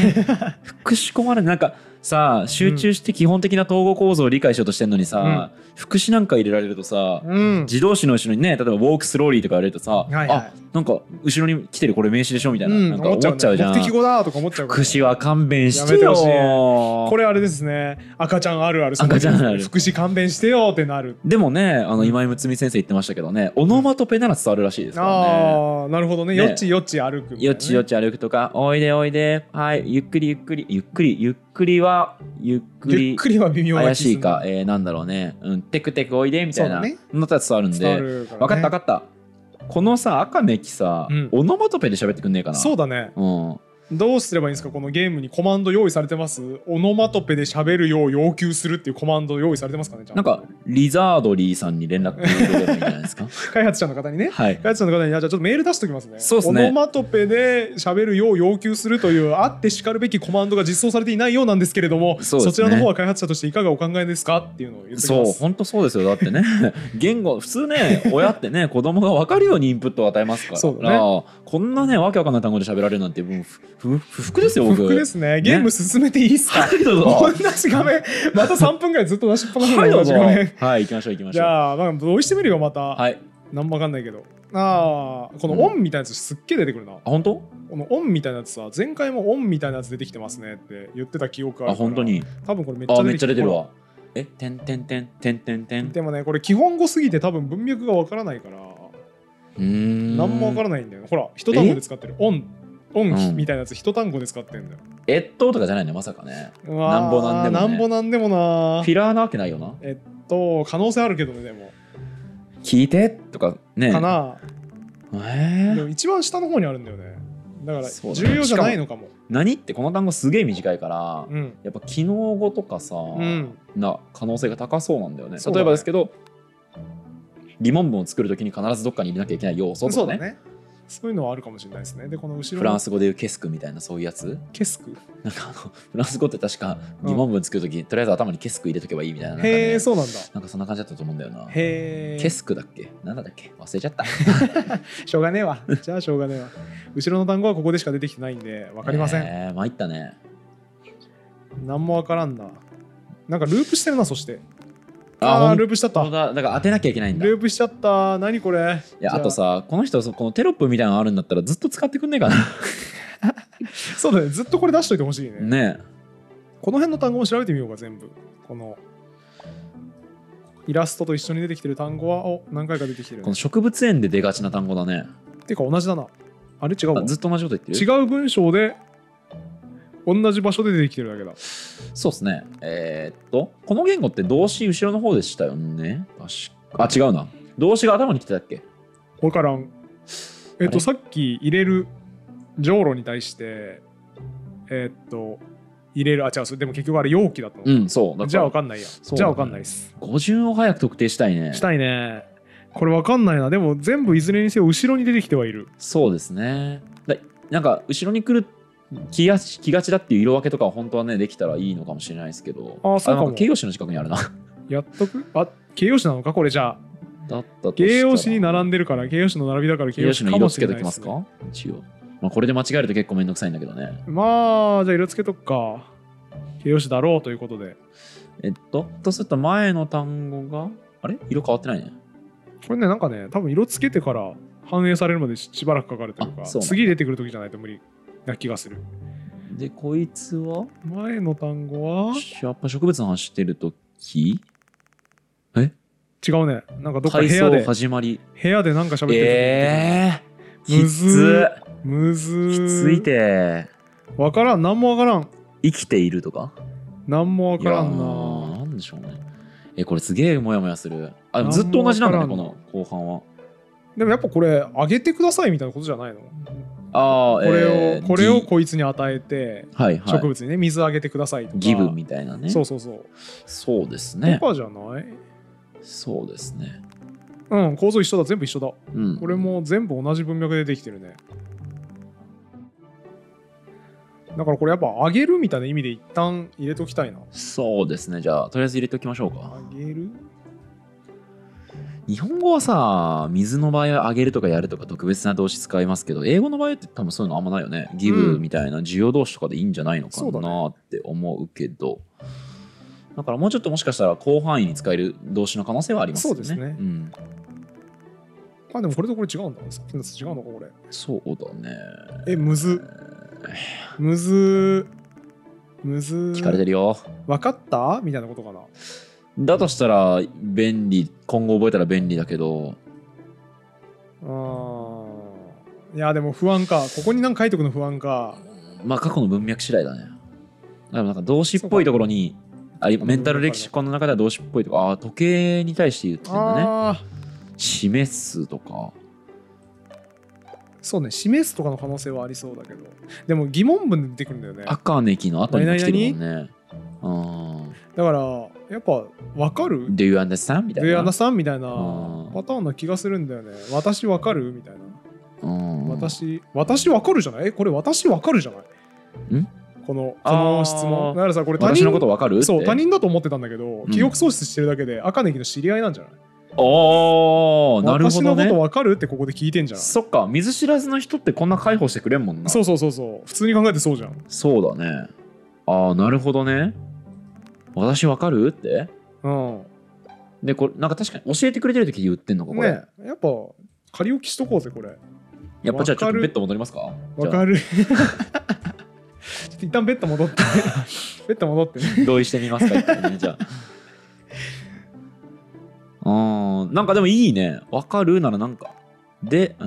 副詞困るね。なんかさ、集中して基本的な統合構造を理解しようとしてんのにさ、副詞なんか入れられるとさ、
うん
自動詞の後ろにね、例えば「ウォークスローリー」とか言われるとさ、
はいはい
あなんか後ろに来てるこれ名詞でしょみたいな,、
うん
なんか思っちゃうじゃん。
ね目的語だとか思っちゃうから
福祉は勘弁して
やめて
よ
ほしいこ
れ
れあれですね赤ちゃんあるある
赤ちゃんあるある
福祉勘弁してよってなる
でもねあの今井睦美先生言ってましたけどねオノマトペなら伝わるらしいですからね。
ああなるほどね
ね
よちよち歩くみたいなね
よちよち歩くとか、おいでおいで、はい、ゆっくりゆっくり、ゆっくり、ゆっくりは、ゆっく
ゆっ
り、
くりは微妙な
怪
気する
しいか、えー、なんだろうね、うん、テクテクおいでみたいな
そうだね
のだったら伝わるん
伝わ
で、
るらね
分かった分かった、このさ、赤めきさ、
うん
オノマトペで喋ってくんねえかな。
そうだね
うん、
どうすればいいんですかこのゲームにコマンド用意されてますオノマトペで喋るよう要求するっていうコマンド用意されてますかねじゃあ
なんかリザードリーさんに連絡取ればいいんじゃな いですか
開発者の方にね
はい
開発者の方にじゃあちょっとメール出しときますね
そうっすね
オノマトペで喋るよう要求するというあってしかるべきコマンドが実装されていないようなんですけれども
そうですね
ちらの方は開発者としていかがお考えですかっていうのを言ってき
そ
ま
う
す
本当そうですよだってね言語普通ね親ってね子供が分かるようにインプットを与えますから
そうだね
こんなねわけわかんない単語で喋られるなんてもうふふ不服ですよ
不
僕
服ですねゲーム進めていいっすか、
はいどう
同
ぞ
じ画面また3分ぐらいずっと出しっぱなしな
は
の
いど
同
う
じ
ぞ
画面
はい行きましょう行きまし
じ
ょう
ゃあなんか同意してみるよまた、
はい
なんもわかんないけどああこのオンみたいなやつすっげえ出てくるな、
あ本当
このオンみたいなやつさ前回もオンみたいなやつ出てきてますねって言ってた記憶ある
あ
から
本当に
多分これめっち
あ
ゃ
め
出
って
き
ちゃ出てるわえてんてんてんてんてんてん
でもねこれ基本語すぎて多分文脈がわからないから
うーん
何もわからないんだよねほら一単語で使ってるオンオ
う
ン
ん
みたいなやつ一単語で使ってんだよ
えっととかじゃないねまさかね
うわー
なんぼなんでもね
なんぼなんでもな
フィラーなわけないよな
えっと可能性あるけどねでも
聞いてとかね
かな
え
で
ー
も一番下の方にあるんだよねだから
そうだね
重要じゃないのかも
何ってこの単語すげえ短いから、
うん
やっぱ機能語とかさ、
うん
な可能性が高そうなんだよね
そうだね
例えばですけど疑問文を作るときに必ずどっかに入れなきゃいけない要素
そ
と
う
か
だ
ね
ねそういうのはあるかもしれないですねでこの後ろの
フランス語でいうケスクみたいなそういうやつ
ケスク
なんかあの フランス語って確か疑問文作るとき、とりあえず頭にケスク入れとけばいいみたいななんか,、
へえそうなんだ
なんかそんな感じだったと思うんだよな
へえ
ケスクだっけなんだっけ忘れちゃ った
しょうがねえわじゃあしょうがねえわ後ろの単語はここでしか出てきてないんでわかりません、
えー、参ったね
何もわからんななんかループしてるなそして
あ
ああー
本
ループしちゃっ
当
た
だだから当てなきゃいけないんだ
ループしちゃった何これ
いや
じゃ
あとさこの人そこのテロップみたいなのあるんだったらずっと使ってくんねえかな
そうだねずっとこれ出しといてほしいね
ね
この辺の単語も調べてみようか全部このイラストと一緒に出てきてる単語はお何回か出てきて
え
るね
この植物園で出がちな単語だね
てか同じだなあれ違うわ
あずっと同じこと言ってる
違う文章で同じ場所で出てきてるだけだ
そうですねえーっとこの言語って動詞後ろの方でしたよね確かあ違うな動詞が頭に来てたっけ
わからんえっ
あれ
とさっき入れるじょうろに対してえっと入れるあ違うそれでも結局あれ容器だったの
うんそうだ
じゃあわか
か
んないや。
そう
じゃあわかんないです。
ら語順を早く特定したいね
したいね。これわかんないな。でも全部いずれにせよ後ろに出てきてはいる。
そうですねだなんか後ろに来る気がし気がちだっていう色分けとかは本当はねできたらいいのかもしれないですけど
あそうかも
なん形容詞の近くに あるな
やっとくあ形容詞なのかこれじゃあ。
だったとしたら
形容詞に並んでるから、形容詞の並びだから形
形
容
容
詞
詞
か
の
も
色
し
つ
れ
け
ない
とき
で
ますす
ね、
か一応、まあ、これで間違えると結構めんどくさいんだけどね
まあ、じゃあ色つけとくか。形容詞だろうということで。
えっととすると前の単語があれ色変わってないね
これね、なんかね、多分色つけてから反映されるまでししばらくかかるというか、
あそうなんだ
次出てくるときじゃないと無理な気がする。
でこいつは
前の単語は
やっぱ植物の話してるとき
違うね。なんかどっか部
体
屋
操
で、
始まり
部屋でなんか喋ってる時に出て
ええ
むず
きつ
くる。むず
き
ー
ついて
わからん、なんもわからん。
生きているとか
なんもわからん
いやー
な。
なんでしょうねえこれすげえモヤモヤするあ
なん
でも
も
ずっと同じなんだね
わ
こ
からんの
の後半は
でもやっぱこれ上げてくださいみたいなことじゃないの
ああ
これを、
えー
これを
D
こいつに与えて
はいは
植
い
物にね水あげてくださいとか
ギブみたいなね
そうそうそう、
そうですね
とかじゃない
そうですね
うん構造一緒だ全部一緒だ
うん
これも全部同じ文脈でできてるねだからこれやっぱ上げるみたいな意味で一旦入れときたいな
そうですねじゃあとりあえず入れておきましょうか
上げる
日本語はさ水の場合はあげるとかやるとか特別な動詞使いますけど英語の場合って多分そういうのあんまないよねギ
う
ブ
ん
みたいな需要動詞とかでいいんじゃないのか
そうだ
なって思うけどだからもうちょっともしかしたら広範囲に使える動詞の可能性はありますよね
そうですね
うん、
あでもこれとこれ違うんださっきのやつ違うのかこれ
そうだね
えむずむずむず
聞かれてるよ
分かったみたいなことかな
だとしたら便利今後覚えたら便利だけど
あーいやでも不安かここに何か書いとくの不安か
まあ過去の文脈次第だね。でもなんか動詞っぽいところに、あ今メンタルレキシコンの中では動詞っぽいとか、ああ、時計に対して言ってんだね。
ああ
示すとか。
そうね示すとかの可能性はありそうだけどでも疑問文で出てくるんだよね
赤ネキの後にも来てるもんね。うん。
だからやっぱ分かる
Do you understand? みたい
上
な
穴。さんみたいな
うん
パターンな気がするんだよね私分かるみたいな
うん、
私私分かるじゃないえこれ私分かるじゃない
ん
このこ
あー
の質問だからさこれ他
私
人
のことわかるって
そう他人だと思ってたんだけど
ん
記憶喪失してるだけで赤ネギの知り合いなんじゃない
ああ、なるほ
私
ど
のこと
ね。
分かるってここで聞いてんじゃん
そっか、水知らずの人ってこんな解放してくれんもんな。
そうそうそうそう普通に考えてそうじゃん
そうだね。ああ、なるほどね。私わかるって。
うん
で、これ、なんか確かに教えてくれてる時言ってんのか、これ。
ねえやっぱ仮置きしとこうぜこれ
やっぱじゃあち
わか
ょっと
る
ベッド戻りますか
分
じゃ
かる ちょっと一旦ベッド戻って ベッド戻ってね
あ同意してみますか一回ねじゃあ。うーんなんかでもいいね。わかるならなんか。で、え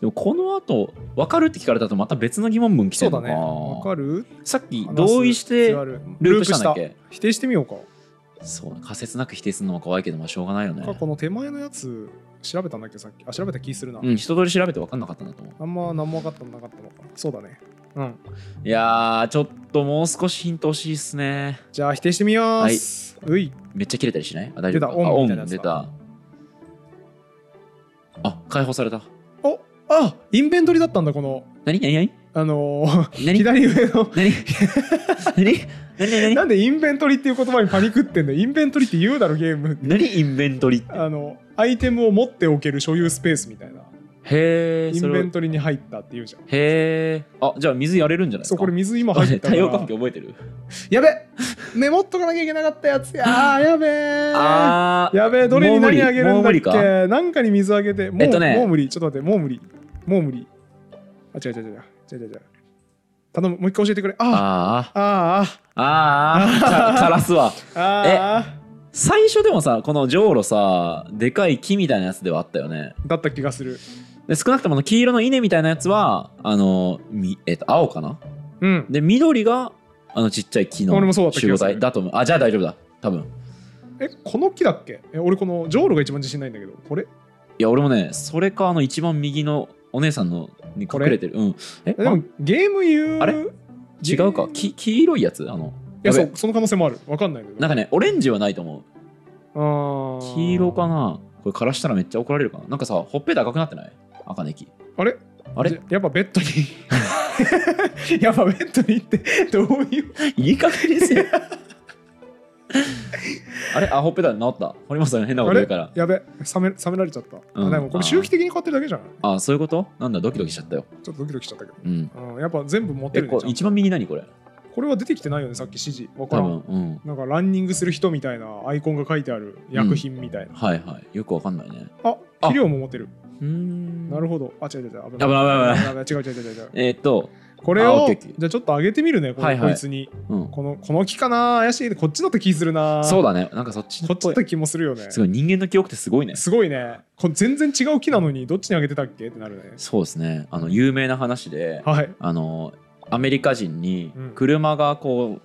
でもこの後、わかるって聞かれたとまた別の疑問文来て
そう
る
だ
の
ね分
か
かる
な。さっき
話す
同意して
必要ある
ループしたんだっけ
否定してみようか
そうね仮説なく否定するのは怖いけど、まあしょうがないよね
過。去の手前のやつ調べたんだっけさっきあ調べた気するな、
うん、一通り調べて分かんなかったなと思う。
あんま何も分かったのなかったのかそうだねうん
いやー、ちょっともう少しヒント欲しいっすね。
じゃあ否定してみます、ういう
めっちゃ切れたりしないあ、大丈夫か
出た
あ
オン
オ
みたいな
ン
やつ
出
だ
た。あ、解放された。
おあインベントリだったんだこの
何何何
あのー
何
左上の
何何何何
な
何
んでインベントリっていう言葉にパニクってんだよインベントリって言うだろゲーム
何インベントリって
あのアイテムを持っておける所有スペースみたいな
へえ
イ
そ
ンベ
れを
ントリに入ったって言うじゃん
へえあじゃあ水やれるんじゃないです
そう
か
これ水今入ったか
対応
ら
関係覚えてる
やべメモっとかなきゃいけなかったやつやーやべー
あー
やべえ、どれに
もう無理
何あげるん
もう
だ
無
っ
理か
けなんかに水あげて、もう,、
えっとね
もう無理、ちょっと待って、もう無理、もう無理。あ、違う違う違う、違う違う違う。頼む、もう一回教えてくれ。あ
あー
あ、あ
あーあーカラスは
あ、ああ、
最初でもさこのじょうろさでかい木みたいなやつではあったよね
だった気がする。
で少なくともの黄色の稲みたいなやつはあのみえっと青かな
うん。
で緑があのちっちゃい木の
俺もそうだった気
集合
がする
体だと思うあじゃあ大丈夫だ多分
え、この木だっけえ、俺このジョーロが一番自信ないんだけど、これ
いや俺もねそれかあの一番右のお姉さんのに
こ
隠
れ
れてるうんえ
えで
あ
もゲーム言う。
あれ
い
違うかき黄色いやつあの
や、
やべ
そう、その可能性もある。わかんないけど。
な
か、
んかねオレンジはないと思う黄色かなこれ枯らしたらめっちゃ怒られるかななんかさほっぺた赤くなってない赤ネキ
あれ
あれ
じゃやっぱベッドに。やっぱベッドに 行って、どういう。
いい加減で すよあれあほっぺた治った堀本さんが変なこと言うから
やべ、冷め冷められちゃった。
う
あ
ん
でもこれ周期的に変わってるだけじゃない
あそういうことなんだドキドキしちゃったよ
ちょっとドキドキしちゃったけど。
うん
うん、やっぱ全部持って
え
るね
こ
ちゃんと
一番右何これ
これは出てきてないよね、さっき指示。わか
多
ら
分
ん。
うん
なんかランニングする人みたいなアイコンが書いてある薬品みたいな。
はいはいよくわかんないね
あ
あ
肥料も持ってる。
うーん
なるほど。あ、違う違う違う。危
危ない危
ない。違う違う違う違う。
えーっと
これ
あオッ
を、
ケー
じ
オッケー
ゃあちょっと上げてみるね、こ,、
はいはい
こいつに。
うん
このこの木かな怪しいね。こっちだった気するな。
そう
だ。
だねなんかそっち
こ
の
っちだった気もするよね。
すごい人間の記憶ってすごいね
すごいね。これ全然違う木なのに、どっちに上げてたっけってなるね。
そうですねあの有名な話で
はい。
あのアメリカ人に
うん
車がこ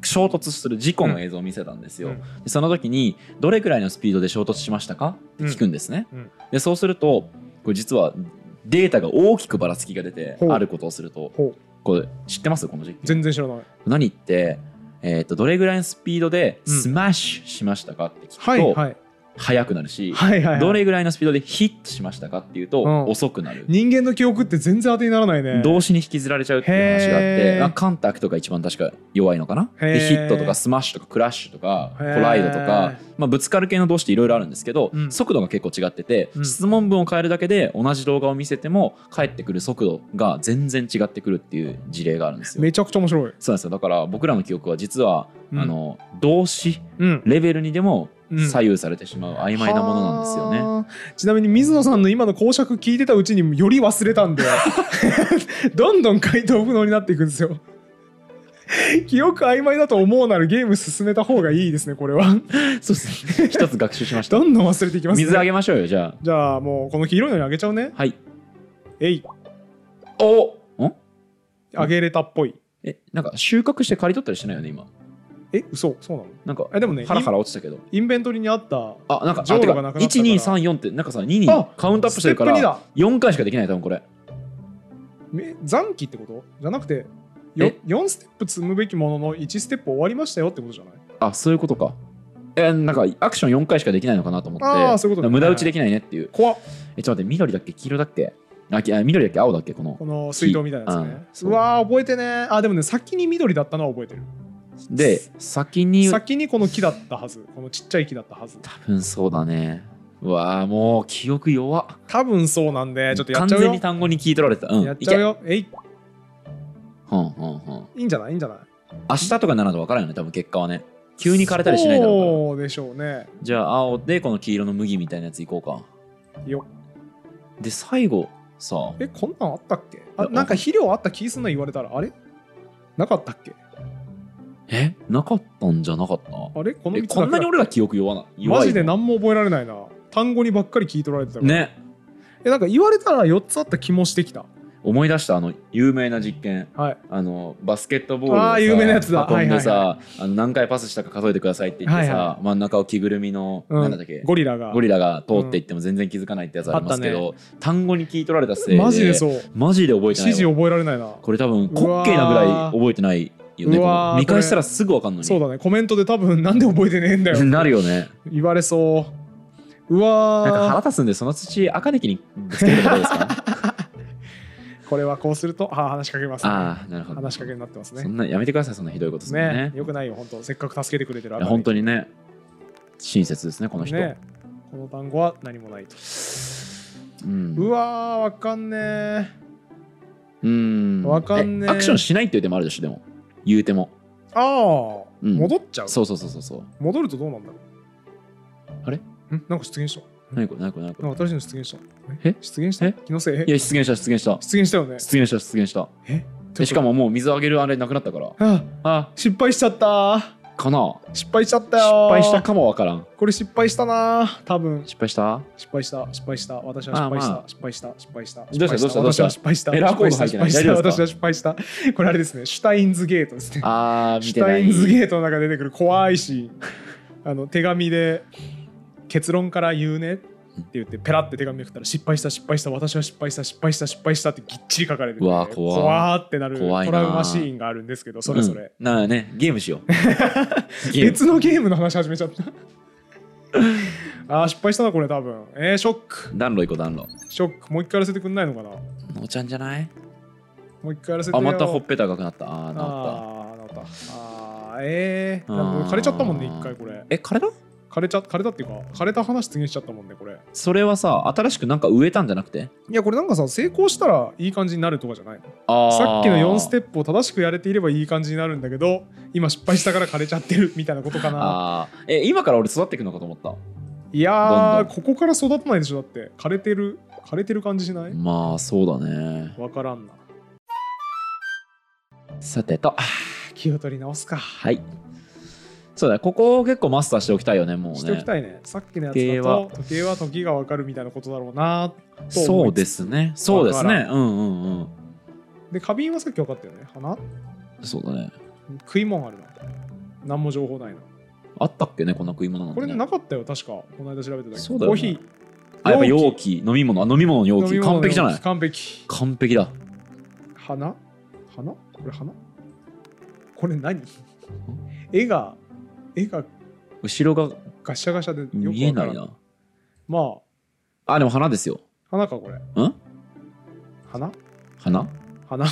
う衝突する事故の映像を見せたんです
う
よ、
ん
でその時にどれくらいのスピードで衝突しましたかって聞くんですね、
うんうん
でそうするとこれ実はデータが大きくばらつきが出て
ほう
あることをすると
ほう
これ知ってますこの実験
全然知らない
何って、えー、とどれぐらいのスピードで
うん
スマッシュしましたかって聞
はい
くと
はい
速くなるし、
はいはいはい
どれぐらいのスピードでヒットしましたかっていうと
うん
遅くなる、
人間の記憶って全然当てにならないね
動詞に引きずられちゃうっていう話があっ
へ
て
ー
あカンタクトが一番確か弱いのかな
へー
でヒットとかスマッシュとかクラッシュとかコ
へー
ライドとか、まあ、ぶつかる系の動詞っていろいろあるんですけど、
うん
速度が結構違ってて、
うん
質問文を変えるだけで同じ動画を見せても返ってくる速度が全然違ってくるっていう事例があるんですよ。
めちゃくちゃ面白い、
そうなんですよだから僕らの記憶は実は、
うん
あの動詞
うん、
レベルにでも
うん
左右されてしまう曖昧なものなんですよね。
はあ。ちなみに水野さんの今の講釈聞いてたうちにより忘れたん でどんどん回答不能になっていくんですよ。記憶曖昧だと思うならゲーム進めた方がいいですねこれは。
そうですね。一つ学習しました。
どんどん忘れていきます、ね。
水あげましょうよじゃ
じゃあもうこの黄色いのにあげちゃうね
あ。。はい。
えい
おん
あげれたっぽい。
えなんか収穫して刈り取ったりしてないよね今。
え嘘そうなの
なんか
えでもね
ハラハラ落ちたけど。
インベントリーにあった。
あなんかあ
上
て
路
か
がなくなったから
1 2 3 4ってなんかさ2に
あ
カウントアップしてるか
ステップ2
ら
だ
4回しかできない多分これ。
め残機ってことじゃなくてよ
え
4ステップ積むべきものの1ステップ終わりましたよってことじゃない
あそういうことか。えなんかアクション4回しかできないのかなと思って
あーそういうことね
無駄打ちできないねっていう。
怖っ
えちょっと待って緑だっけ黄色だっけあきあ緑だっけ青だっけこの
この水筒みたいなやつね。
木う
うんわー覚えてねーあでもね先に緑だったのは覚えてる。
で先に
先にこの木だったはずこのちっちゃい木だったはず。
多分そうだねうわあもう記憶弱っ
多分そうなんでちょっとやっ
完
ちゃう
全に
よ。
単語に聞い取られてたうん
やっちゃう
い
よ。えい
けうんうんうん
いいんじゃないいいんじゃない
明日とかにならと分からんよね多分結果はね急に枯れたりしないだろうから
そうでしょうね。
じゃあ青でこの黄色の麦みたいなやついこうか
よ
で最後さ
えこんなんあったっけ
い
あ
や
なんか肥料あった気すんな言われたらあれなかったっけ
えなかったんじゃなかった
あれこの
え
3つだけ
こんなに俺ら記憶弱な弱い
マジで何も覚えられないな。単語にばっかり聞い取られてたから。
ね
えなんか言われたら4つあった気もしてきた。
思い出したあの有名な実験
はい。
あのバスケットボールを
あ
さ
ー有名なやつだ
運んでさ、
はい
あの何回パスしたか数えてくださいって言ってさ、
はい
真ん中を着ぐるみの、
うん
なんだっけ
ゴリラが。
ゴリラが通っていっても全然気づかないってやつありますけ
うん
ど、単語に聞い取られたせいで
マジでそう。
マジで覚えて
指
ない
示
わ
覚えられないな。
これ多分滑稽なぐらい覚えてないよね
うわー
この見返したらすぐ分かんのに
そうだね、コメントで多分なんで覚えてねえんだよ。
なるよね
言われそう。う
なんか腹
わ
立つんでその土赤ネキにぶつけるとかどうです か
ーこれはこうすると、ああ、話しかけます、ね。
ああなるほど
話しかけになってますね。
そんなやめてくださいそんなひどいことするのね
ねよくないよ、本当せっかく助けてくれてる
いや本当
に
にね親切ですねこの人、
ね。この単語は何もないと。
うん
うわー、わかんねー。
うん
わかんねえ
えアクションしないっていう手もあるでしょでも言うても
ああ、
うん
戻っちゃう。
そうそうそうそうそう
戻るとどうなんだろう。
あれ
んなんか出現し
何これ何これ何
た。
こ
な
れ
んか新しいの出現した。
え
出現し
え
た気のせい
い
え
や出現した出現した
出現したよね。
出現した出現した
え
でしか。ももう水あげるあれなくなったから
あ
あ
失敗しちゃった。
かな
失敗しちゃったよ
失
ー。
敗したかもわからん
これ失敗したなー多分
失敗した
失敗した失敗した私は失敗した、
まあまあ
失敗した失敗した
どうしたどうしたどう
私
した
は失敗した
エラーコード入っ
失
てない
敗した
大丈夫です
私
か
は失敗したこれあれですねシュタインズゲートですね
あー
シ
見
ュ
て
タ
な
インズ
い
ゲートの中で出てくる怖いシーンあの手紙で結論から言うねって言ってペラって手紙めくったら失敗した失敗した私は失敗した失敗した失敗したってぎっちり書かれてて
うわー怖い
怖ーってなる
怖い
ト
なー
ラウマシーンがあるんですけどそれぞれ、
うんなあねゲームしよ うゲーム
別のゲームの話始めちゃったあー失敗したなこれ多分えー、ショック
暖炉行こう暖炉
ショックもう一回やらせてくんないのかな
のちゃんじゃない
もう一回やらせて
あ
よ
またほっぺた赤くなったあーなった
あーなったあーえー、
あー
なんか枯れちゃったもんね一回これ
え枯れた
枯れちゃ枯れたっていうか枯れた話出現しちゃったもんねこれ
それはさ新しくなんか植えたんじゃなくて
いやこれなんかさ成功したらいい感じになるとかじゃないの
あー
さっきの4ステップを正しくやれていればいい感じになるんだけど今失敗したから枯れちゃってるみたいなことかな
あーえ今から俺育っていくのかと思った
いやー
どん
ここから育たないでしょだって枯れてる枯れてる感じしない
まあそうだね
わからんな
さてと
気を取り直すか
はいそうだねここを結構マスターしておきたいよねもうね
しておきたいねさっきのやつ
時
だ
計は
と時計は時がわかるみたいなことだろうなと思いつつ
そうですねそうで
わ
すねうんうんうん
で花瓶はさっき分かったよね花
そうだね。
食い物あるな何も情報ないな
あったっけね、こんな食い物なん
こ
て
れ
ね
なかったよ確かこの間調べてたけど
そうだよね
コーヒ
あ、やっぱ容器、飲み物、あ飲み物の
ー
容
飲み
器、
物の
完璧じゃない
完璧
完璧だ。
花花これ花これ何絵が絵が
後ろが
ガシャガシャでよくわからん
見えないな。
まあ
あ、でも花ですよ。
花かこれ
ん
花
花
花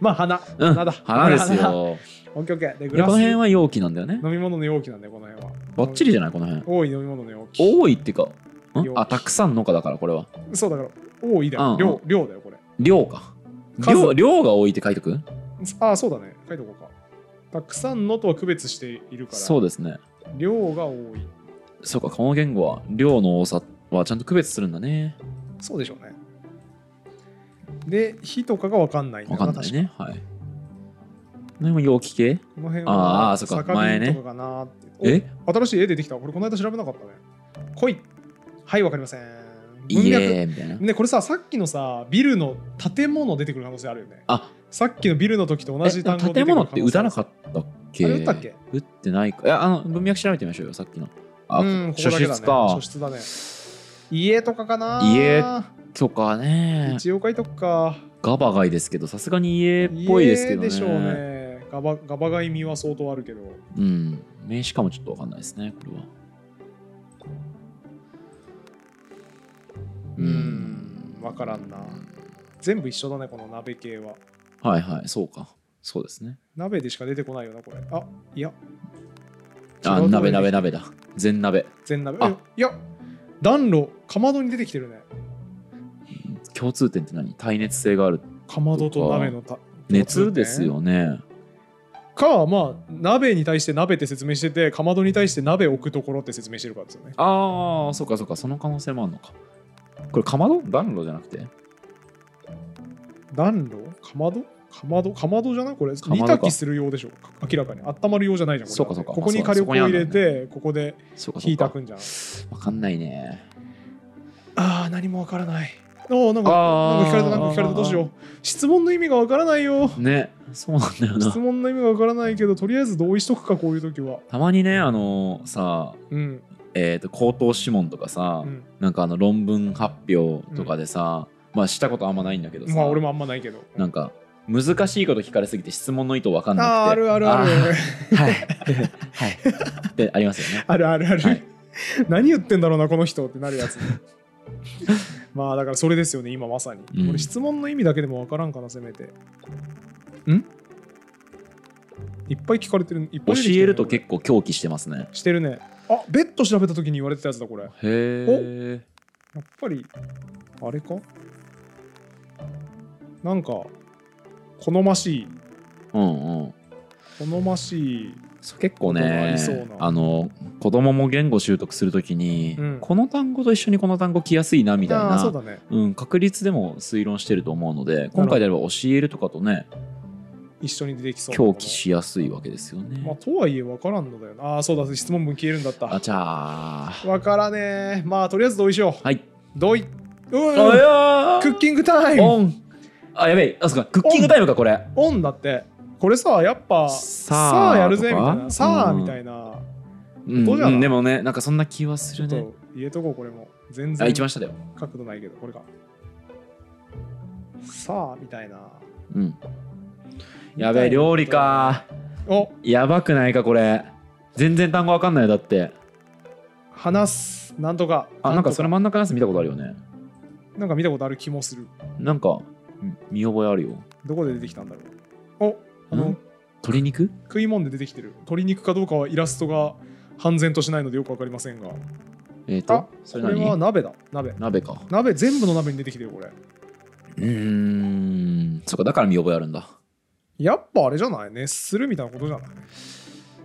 まあ花、
うん、
花だ
花です
花
よ。
オッケーオッケーでグ
でこ
ラ
の
ス
辺
飲
は容器なんだよね。
み物の容器なんでこの辺は
バッチリじゃない、この辺。
多い飲み物の容器
多いっていうか、
容
ん
器
あ、たくさんのかだから、これは。
そうだから多いだよ、
うん
量量だよこれ
量か。
数
量量が多いって書いとく
ああそうだね書いとこうかたくさんのとは区別しているから
そうですね。
量が多い
そうか、この言語は量の多さはちゃんと区別するんだね。
そうでしょうねで火とかが分かんないんだ
わ
よ
かんないね。はい。この辺も容器系
この辺
あ
は
ーそっか
酒瓶
前ね
とかかなって
え
お新しい絵出てきたこれこの間調べなかったね恋はいわかりません
いいえみたいな。
ねこれささっきのさビルの建物出てくる可能性あるよね
あ
さっきのビルの時と同
え
じ単語出
建
くる可
物
能
っ
性
て打たな
っ
かったっけ
あれ打ったっけ
打ってないか。いや、あの、文脈調べてみましょうよ、さっきの。あ、
うんここ
書
だけだね
室か
書。室だね家とかかな
家とかね。
一応書いとくか
ガバガイですけど、さすがに家っぽいですけどね。
家でしょうねガバガバガイ味は相当あるけど
うん。名詞かもちょっとわかんないですね、これは。
うーんわからんな全部一緒だねこの鍋系は
はいはい、そうか。そうですね。
鍋でしか出てこないよなこれあいや
あ、
違うとこ
鍋
に
鍋鍋だ。全鍋。
全鍋
あ
えいや暖炉かまどに出てきてるね
共通点って何耐熱性がある。
かまどと鍋のた
熱ですよね。
かまあ鍋に対して鍋って説明しててかまどに対して鍋置くところって説明してるからですよね
ああ、そうかそうか、その可能性もあるのか。これ、かまど暖炉じゃなくて
暖炉かまどかまどかまどじゃないこれ
まど
煮
か
炊きするようでしょ明らかに温まるようじゃないじゃんこれ
そうかそうか
ここに
まあ
火
そう
力を入れ
そこにあ
てここで
そうかそ
火
うか
炊。くんじゃん
わかんないね。
ああ何もわからないおーなんか
あー
なんか聞かれたなんか聞かれたどうしよう質問の意味がわからないよ
ね、そうなんだよ
質
な。
問の意味がわからないけどとりあえず同意しとくかこういう時は
たまにね、あのさ、
うん
えっ、と、口頭諮問とかさ、
うん
なんかあの論文発表とかでさ、まあしたことあんまないんだけどさ、
まあ俺もあんまないけど
なんか難しいこと聞かれすぎて質問の意図わかんなくて
あーあるあるある
あーはいはいってありますよね
あるあるある、
はい
何言ってんだろうなこの人ってなるや つまあだからそれですよね今まさに、
うん
俺質問の意味だけでもわからんかなせめてんいっぱい聞かれてるいっぱ
教
い出てきて
え
ね
ると結構狂気してますね
これしてるねあベッド調べた時に言われてたやつだこれや
へえ
っぱりあれかなんか好ましい
うんうん
好ましい
そう結構
ことがあ
ね
りそうな
あの子供も言語習得するときに、
うん
この単語と一緒にこの単語来やすいなみたい
あー
な
そうだね
うん、確率でも推論してると思うので今回であれば教えるとかとね
一緒に出てきそうなもの
狂気しやすいわけですよね、
まあ、とはいえ分からんのだよなあーそうだ質問文消えるんだった
あちゃー
わからねえ。まあ、とりあえず同意しよう。
はい
同意。う
あ
ん、
やー
クッキングタイム。
オンあやべえあそうかクッキングタイムかこれ
オンだって。これさ、やっぱ、
さあ
さあやるぜみたい
と
な。
か
さあ
うん
みたいな。
うん、
どうじゃな
うんでもねなんかそんな気はす
ちょ
る
っと
ね
言えとこう、これも。全
あ
然
一番下だよ
角度ないけど、これか。さあみたいな。
うんやべえ料理か
お
やばくないかこれ全然単語わかんないよだって
話す。なんとか。
あなんかそれ
も。
真ん中のやつ見たことあるよね
なんか見たことある気もする。
なんか見見覚えあるよ
どこで出てきたんだろう。おあ
う
の
ん、鶏肉
食い物で出てきてる。鶏肉かどうかはイラストが半然としないのでよくわかりませんが。
えっ、ー、
あ
と、そ
こ
れ
れは
何
鍋だ。鍋。
鍋か
鍋全部の鍋に出てきてるこれ
うーんそっかだから見覚えあるんだ
やっぱあれじゃない熱するみたいなことじゃない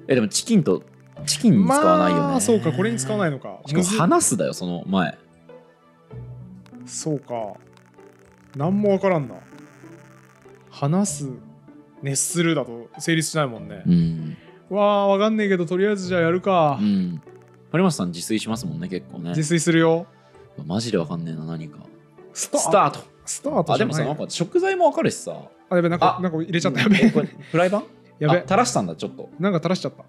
えでもチキンとチキンに使わないよね、
まあそうかこれに使わないのか
しか
む
も
ず
話すだよその前
そうか何もわからんな話す熱するだと成立しないもんね、
うん
わあわかんねえけどとりあえずじゃあやるか、
うん堀本さん自炊しますもんね結構ね
自炊するよ
マジでわかんねえな何か
ス
スタート
スタート
あ
じ
で
ゃ
も
な
さないんか食材もわかるしさ
あやべなんか
あ
なんか入れちゃったやべ
これフライパン
や
あ
べ
垂らしたんだちょっと
なんか垂らしちゃった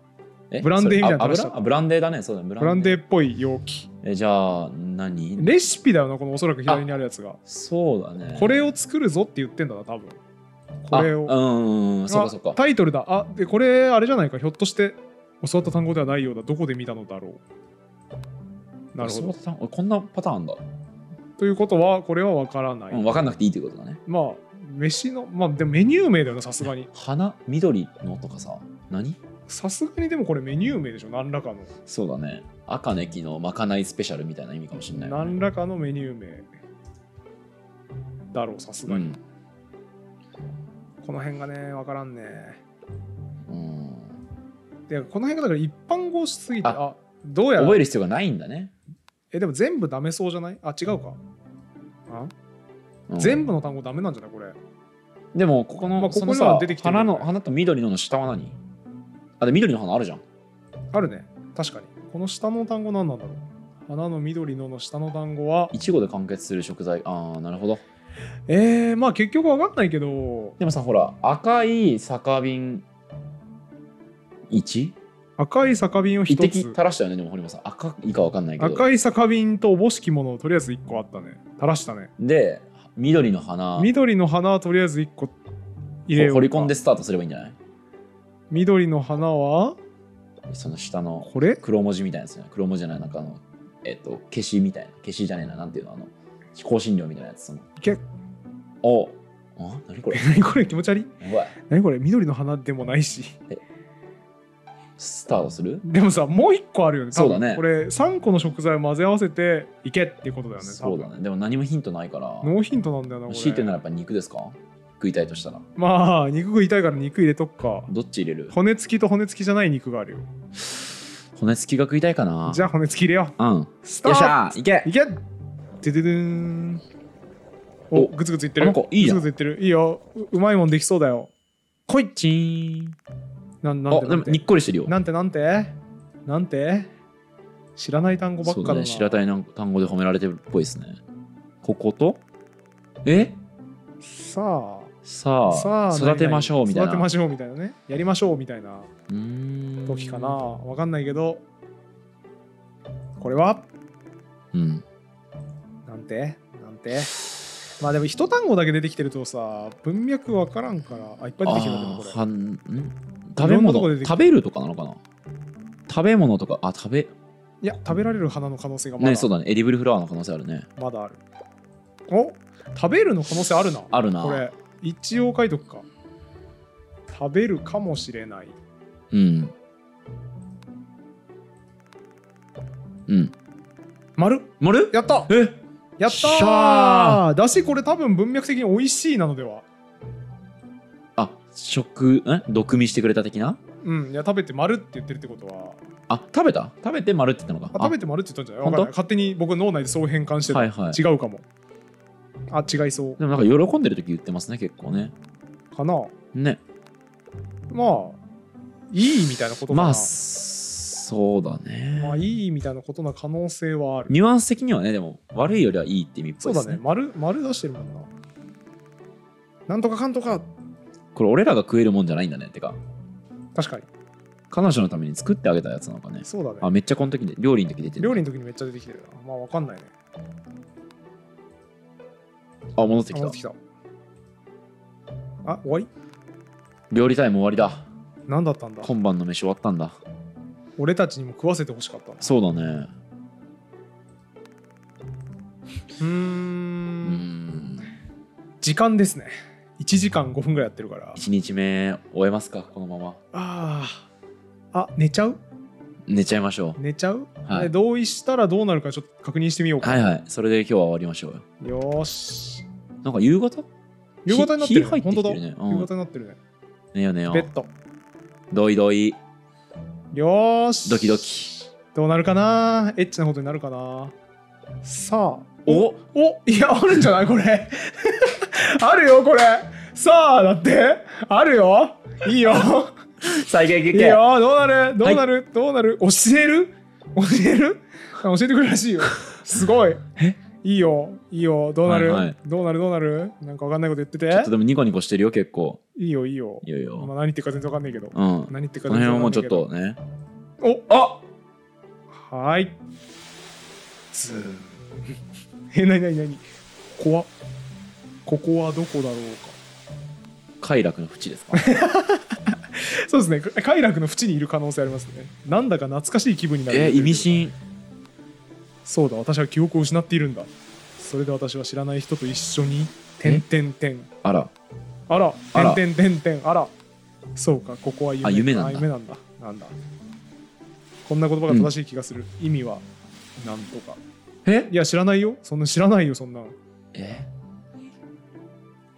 え
ブランデーみたいな
それ
垂らしちゃっ
あ
た
油あブランデーだねそうだねブ
ブランデ
ー
ーっぽい容器
えじゃあ何
レシピだよなこのおそらく左にあるやつが
そうだね
これを作るぞって言ってんだな多分これ
あ
を
うんうんうんそうか
あ
そうか
タイトルだあでこれあれじゃないかひょっとして教わった単語ではないようだどこで見たのだろうなるほ
そう
ど
だったおこんなパターンあんだ、
ということはこれは分からない、
うん、分かんなくていいってことだね
まあ飯のまあでもメニュー名だよなさすがに
花緑のとかさ何
さすがにでもこれメニュー名でしょ何らかの
そうだね赤ねきのまかないスペシャルみたいな意味かもしれないよね、
何らかのメニュー名だろうさすが
う
に、
ん
この辺がね分からんね
うん
でこの辺がだから一般語しすぎて
あ
あどうやら
覚える必要がないんだね、
えでも全部ダメそうじゃないあ違うかあ、
うん
全部の単語ダメなんじゃないこれ
でもここの,、
まあここ
そ
に
の
は
さ
出てきてるよ
花
ね
の花と緑のの下は何あで緑の花あるじゃん
あるね確かにこの下の単語何なんだろう花の緑のの下の単語はい
ちごで完結する食材ああなるほど
えー、まあ結局分かんないけど
でもさほら赤い酒瓶1
赤い酒瓶を
一
一
滴
つ
垂らしたよねでも堀本さん赤いかわかんないけど
赤い酒瓶とおぼしきものをとりあえず1個あったね垂らしたね
で緑の花
緑の花はとりあえず1個入れよう
掘り込んでスタートすればいいんじゃない
緑の花は
その下の
これ
黒文字みたいなやつね黒文字じゃないなんかあのえっ、と消しみたいな消しじゃねえななんていうのあの香辛料みたいなやつその
け
おあ何これ
何これ気持ち悪い
やばい
何これ緑の花でもないし
スタートする
でもさもう1個あるよね多分
そうだね
これ3個の食材を混ぜ合わせていけっていうことだよね多
そ
分
うだねでも何もヒントないから
ノーヒントなんだよなこれ
強いてならやっぱ肉ですか食いたいとしたら
まあ肉食いたいから肉入れとくか
どっち入れる
骨付きと骨付きじゃない肉があるよ
骨付きが食いたいかな
じゃあ骨付き入れよ
あうんよ
うスタ
っし
ー
ゃいけ
トいけてててーんお
お
グツグツいって
あな
る
んかいいじゃ
グ
ん
ツグツいってるいいよううまいもんできそうだよ
こいちーん
なんなん
あ
て
で
な
も
んて
にっこりしてるよ
なんてなんてなんて知らない単語ばっ
そう
かだ
だね
な
白体の単語で褒められてるっぽいですねこことえ
さ
さ
あ
あ
さあ
育てましょうみたいな
育てましょうみたいなねやりましょうみたいな
うーん
時かなわかんないけどこれは
うん
なんてなんてまあでも一単語だけ出てきてるとさ文脈わからんからあいっぱい出てきてるんだけど
あー
こ
はんん食べ
いろんなとこ出て
物
くる
食べるとかなのかな食べ物とかあ食べ
れいや食べられる花の可能性がまだ,、
ねそうだねエディブルフラワーの可能性あるね
まだあるお食べるの可能性あるな
あるな
これ一応書いとくか食べるかもしれない
うんうん
丸
丸
やった
え
やっ
したゃ
ーだしこれ多分文脈的に美味しいなのでは
あ食え毒味してくれた的な
うんいや食べて丸って言ってるってことは
あ食べた食べて丸って言ったのか
あ食べ
て
て丸って言ったんじゃないわ
本
か
当
んない勝手に僕脳内でそう変換してた、
はいはい
違うかもあ違いそう
でもなんか喜んでる時言ってますね結構ね
かな
ね
まあいいみたいなことかな、
ま
ま
あ
あ、
そうだね、
いいみたいなことな可能性はある
ニュアンス的にはねでも悪いよりはいいって意味っぽ
そ
いうで
だ
すね
ね丸丸出してるもんななんとかかんとか
これ俺らが食えるもんじゃないんだねってか
確かに
彼女のために作ってあげたやつなのかね
そうだ
あ
ね
めっちゃこの時で料理の時出てる
料理の時にめっちゃ出てきてるなまあわかんないね
あ戻って
あ
き
戻
た
ってきたあ終わり
料理タイム終わりだ
何だったんだ
今晩の飯終わったんだ
俺たちにも食わせてほしかったなう
そうだね
ー
うんん
時間ですね1時間5分ぐらいやってるから
1日目終えますかこのまま
あーあ寝ちゃう
寝ちゃいましょ
寝ちゃう、
はい
で同意したらどうなるかちょっと確認してみよう
う
か、
はいはいそれで今日は終わりましょうよ
よーし
なんか夕方
夕方になってる、ね、
日日入
本
って
当
き
だ、
てるね
夕
うん
方になってるね
寝よう寝よ
ベッ
う
ド
どいどい
よーし
ドキドキ
どうなるかなエッチなことになるかなさあ
お
おいやあるんじゃないこれ あるよこれさあだってあるよいい よ
再現
いい
劇
よどうなるどうなる、どうなる教える教えるあ教えてくれるらしいよすごい
え
いいよいいよどうなる、
はいはい
どうなるどうなるなんかわかんないこと言ってて
ちょっとでもニコニコしてるよ結構
いいよいいよ
いいよいい
まあ、
よ
何言ってるか全然わかんないけど、
うんこ
何言ってるか
の
全然
辺は
わか
もうんち
ない
ょ
け
っ
ど
とね
お
あ
はーい。ズーン。え、なになになに怖っここはどこだろう
快楽の淵ですか
か。そうですね。か快楽の淵にいる可能性ありますね。なんだか懐かしい気分になる。
え意味深
そうだ、私は記憶を失っているんだ。それで私は知らない人と一緒に、てんてんてん。
あら
あら、
あら
てんてんてんてん。あら。そうか、ここは夢
あ夢なんだ
あ夢なんだ。なんだ。こんな言葉が正しい気がする。意味は、なんとか。
え
いや、知らないよ。そんな知らないよ、そんなの。
え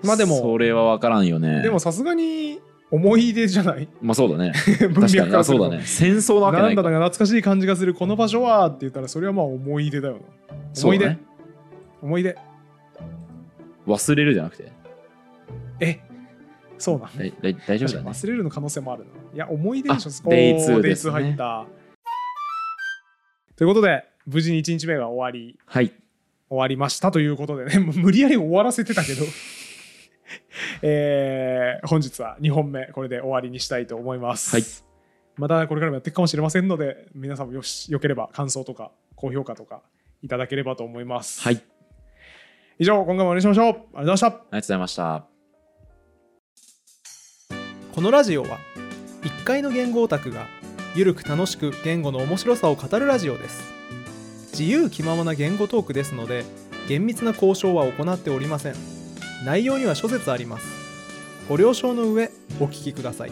まあでも、
それは分からんよね
でもさすがに思い出じゃない
まあそうだね
文
確か
脈
に
か
あ
らす
そ
ると
うだね戦争なわけ
な
ない
んだ
か
か懐かしい感じがするこの場所はって言ったらそれはまあ思い出だよな
そ
思
う
い出、
だね
思い出
忘れるじゃなくて
えそうなん
だいだい大丈夫だね
忘れるの可能性もあるないや思い出でしょ
あ
そこ
デイツーですね
デイツー入ったということで無事に1日目が終わり
はい
終わりましたということでね もう無理やり終わらせてたけど えー本日は2本目これで終わりにしたいと思います、
はい
またこれからもやっていくかもしれませんので皆さんもよしよければ感想とか高評価とかいただければと思います、
はいありがと
以上今回もお願いしましょうありがとうございました
うございました
このラジオは1階の言語オタクがゆるく楽しく言語の面白さを語るラジオです自由気ままな言語トークですので厳密な交渉は行っておりません内容には諸説ありますご了承の上お聞きください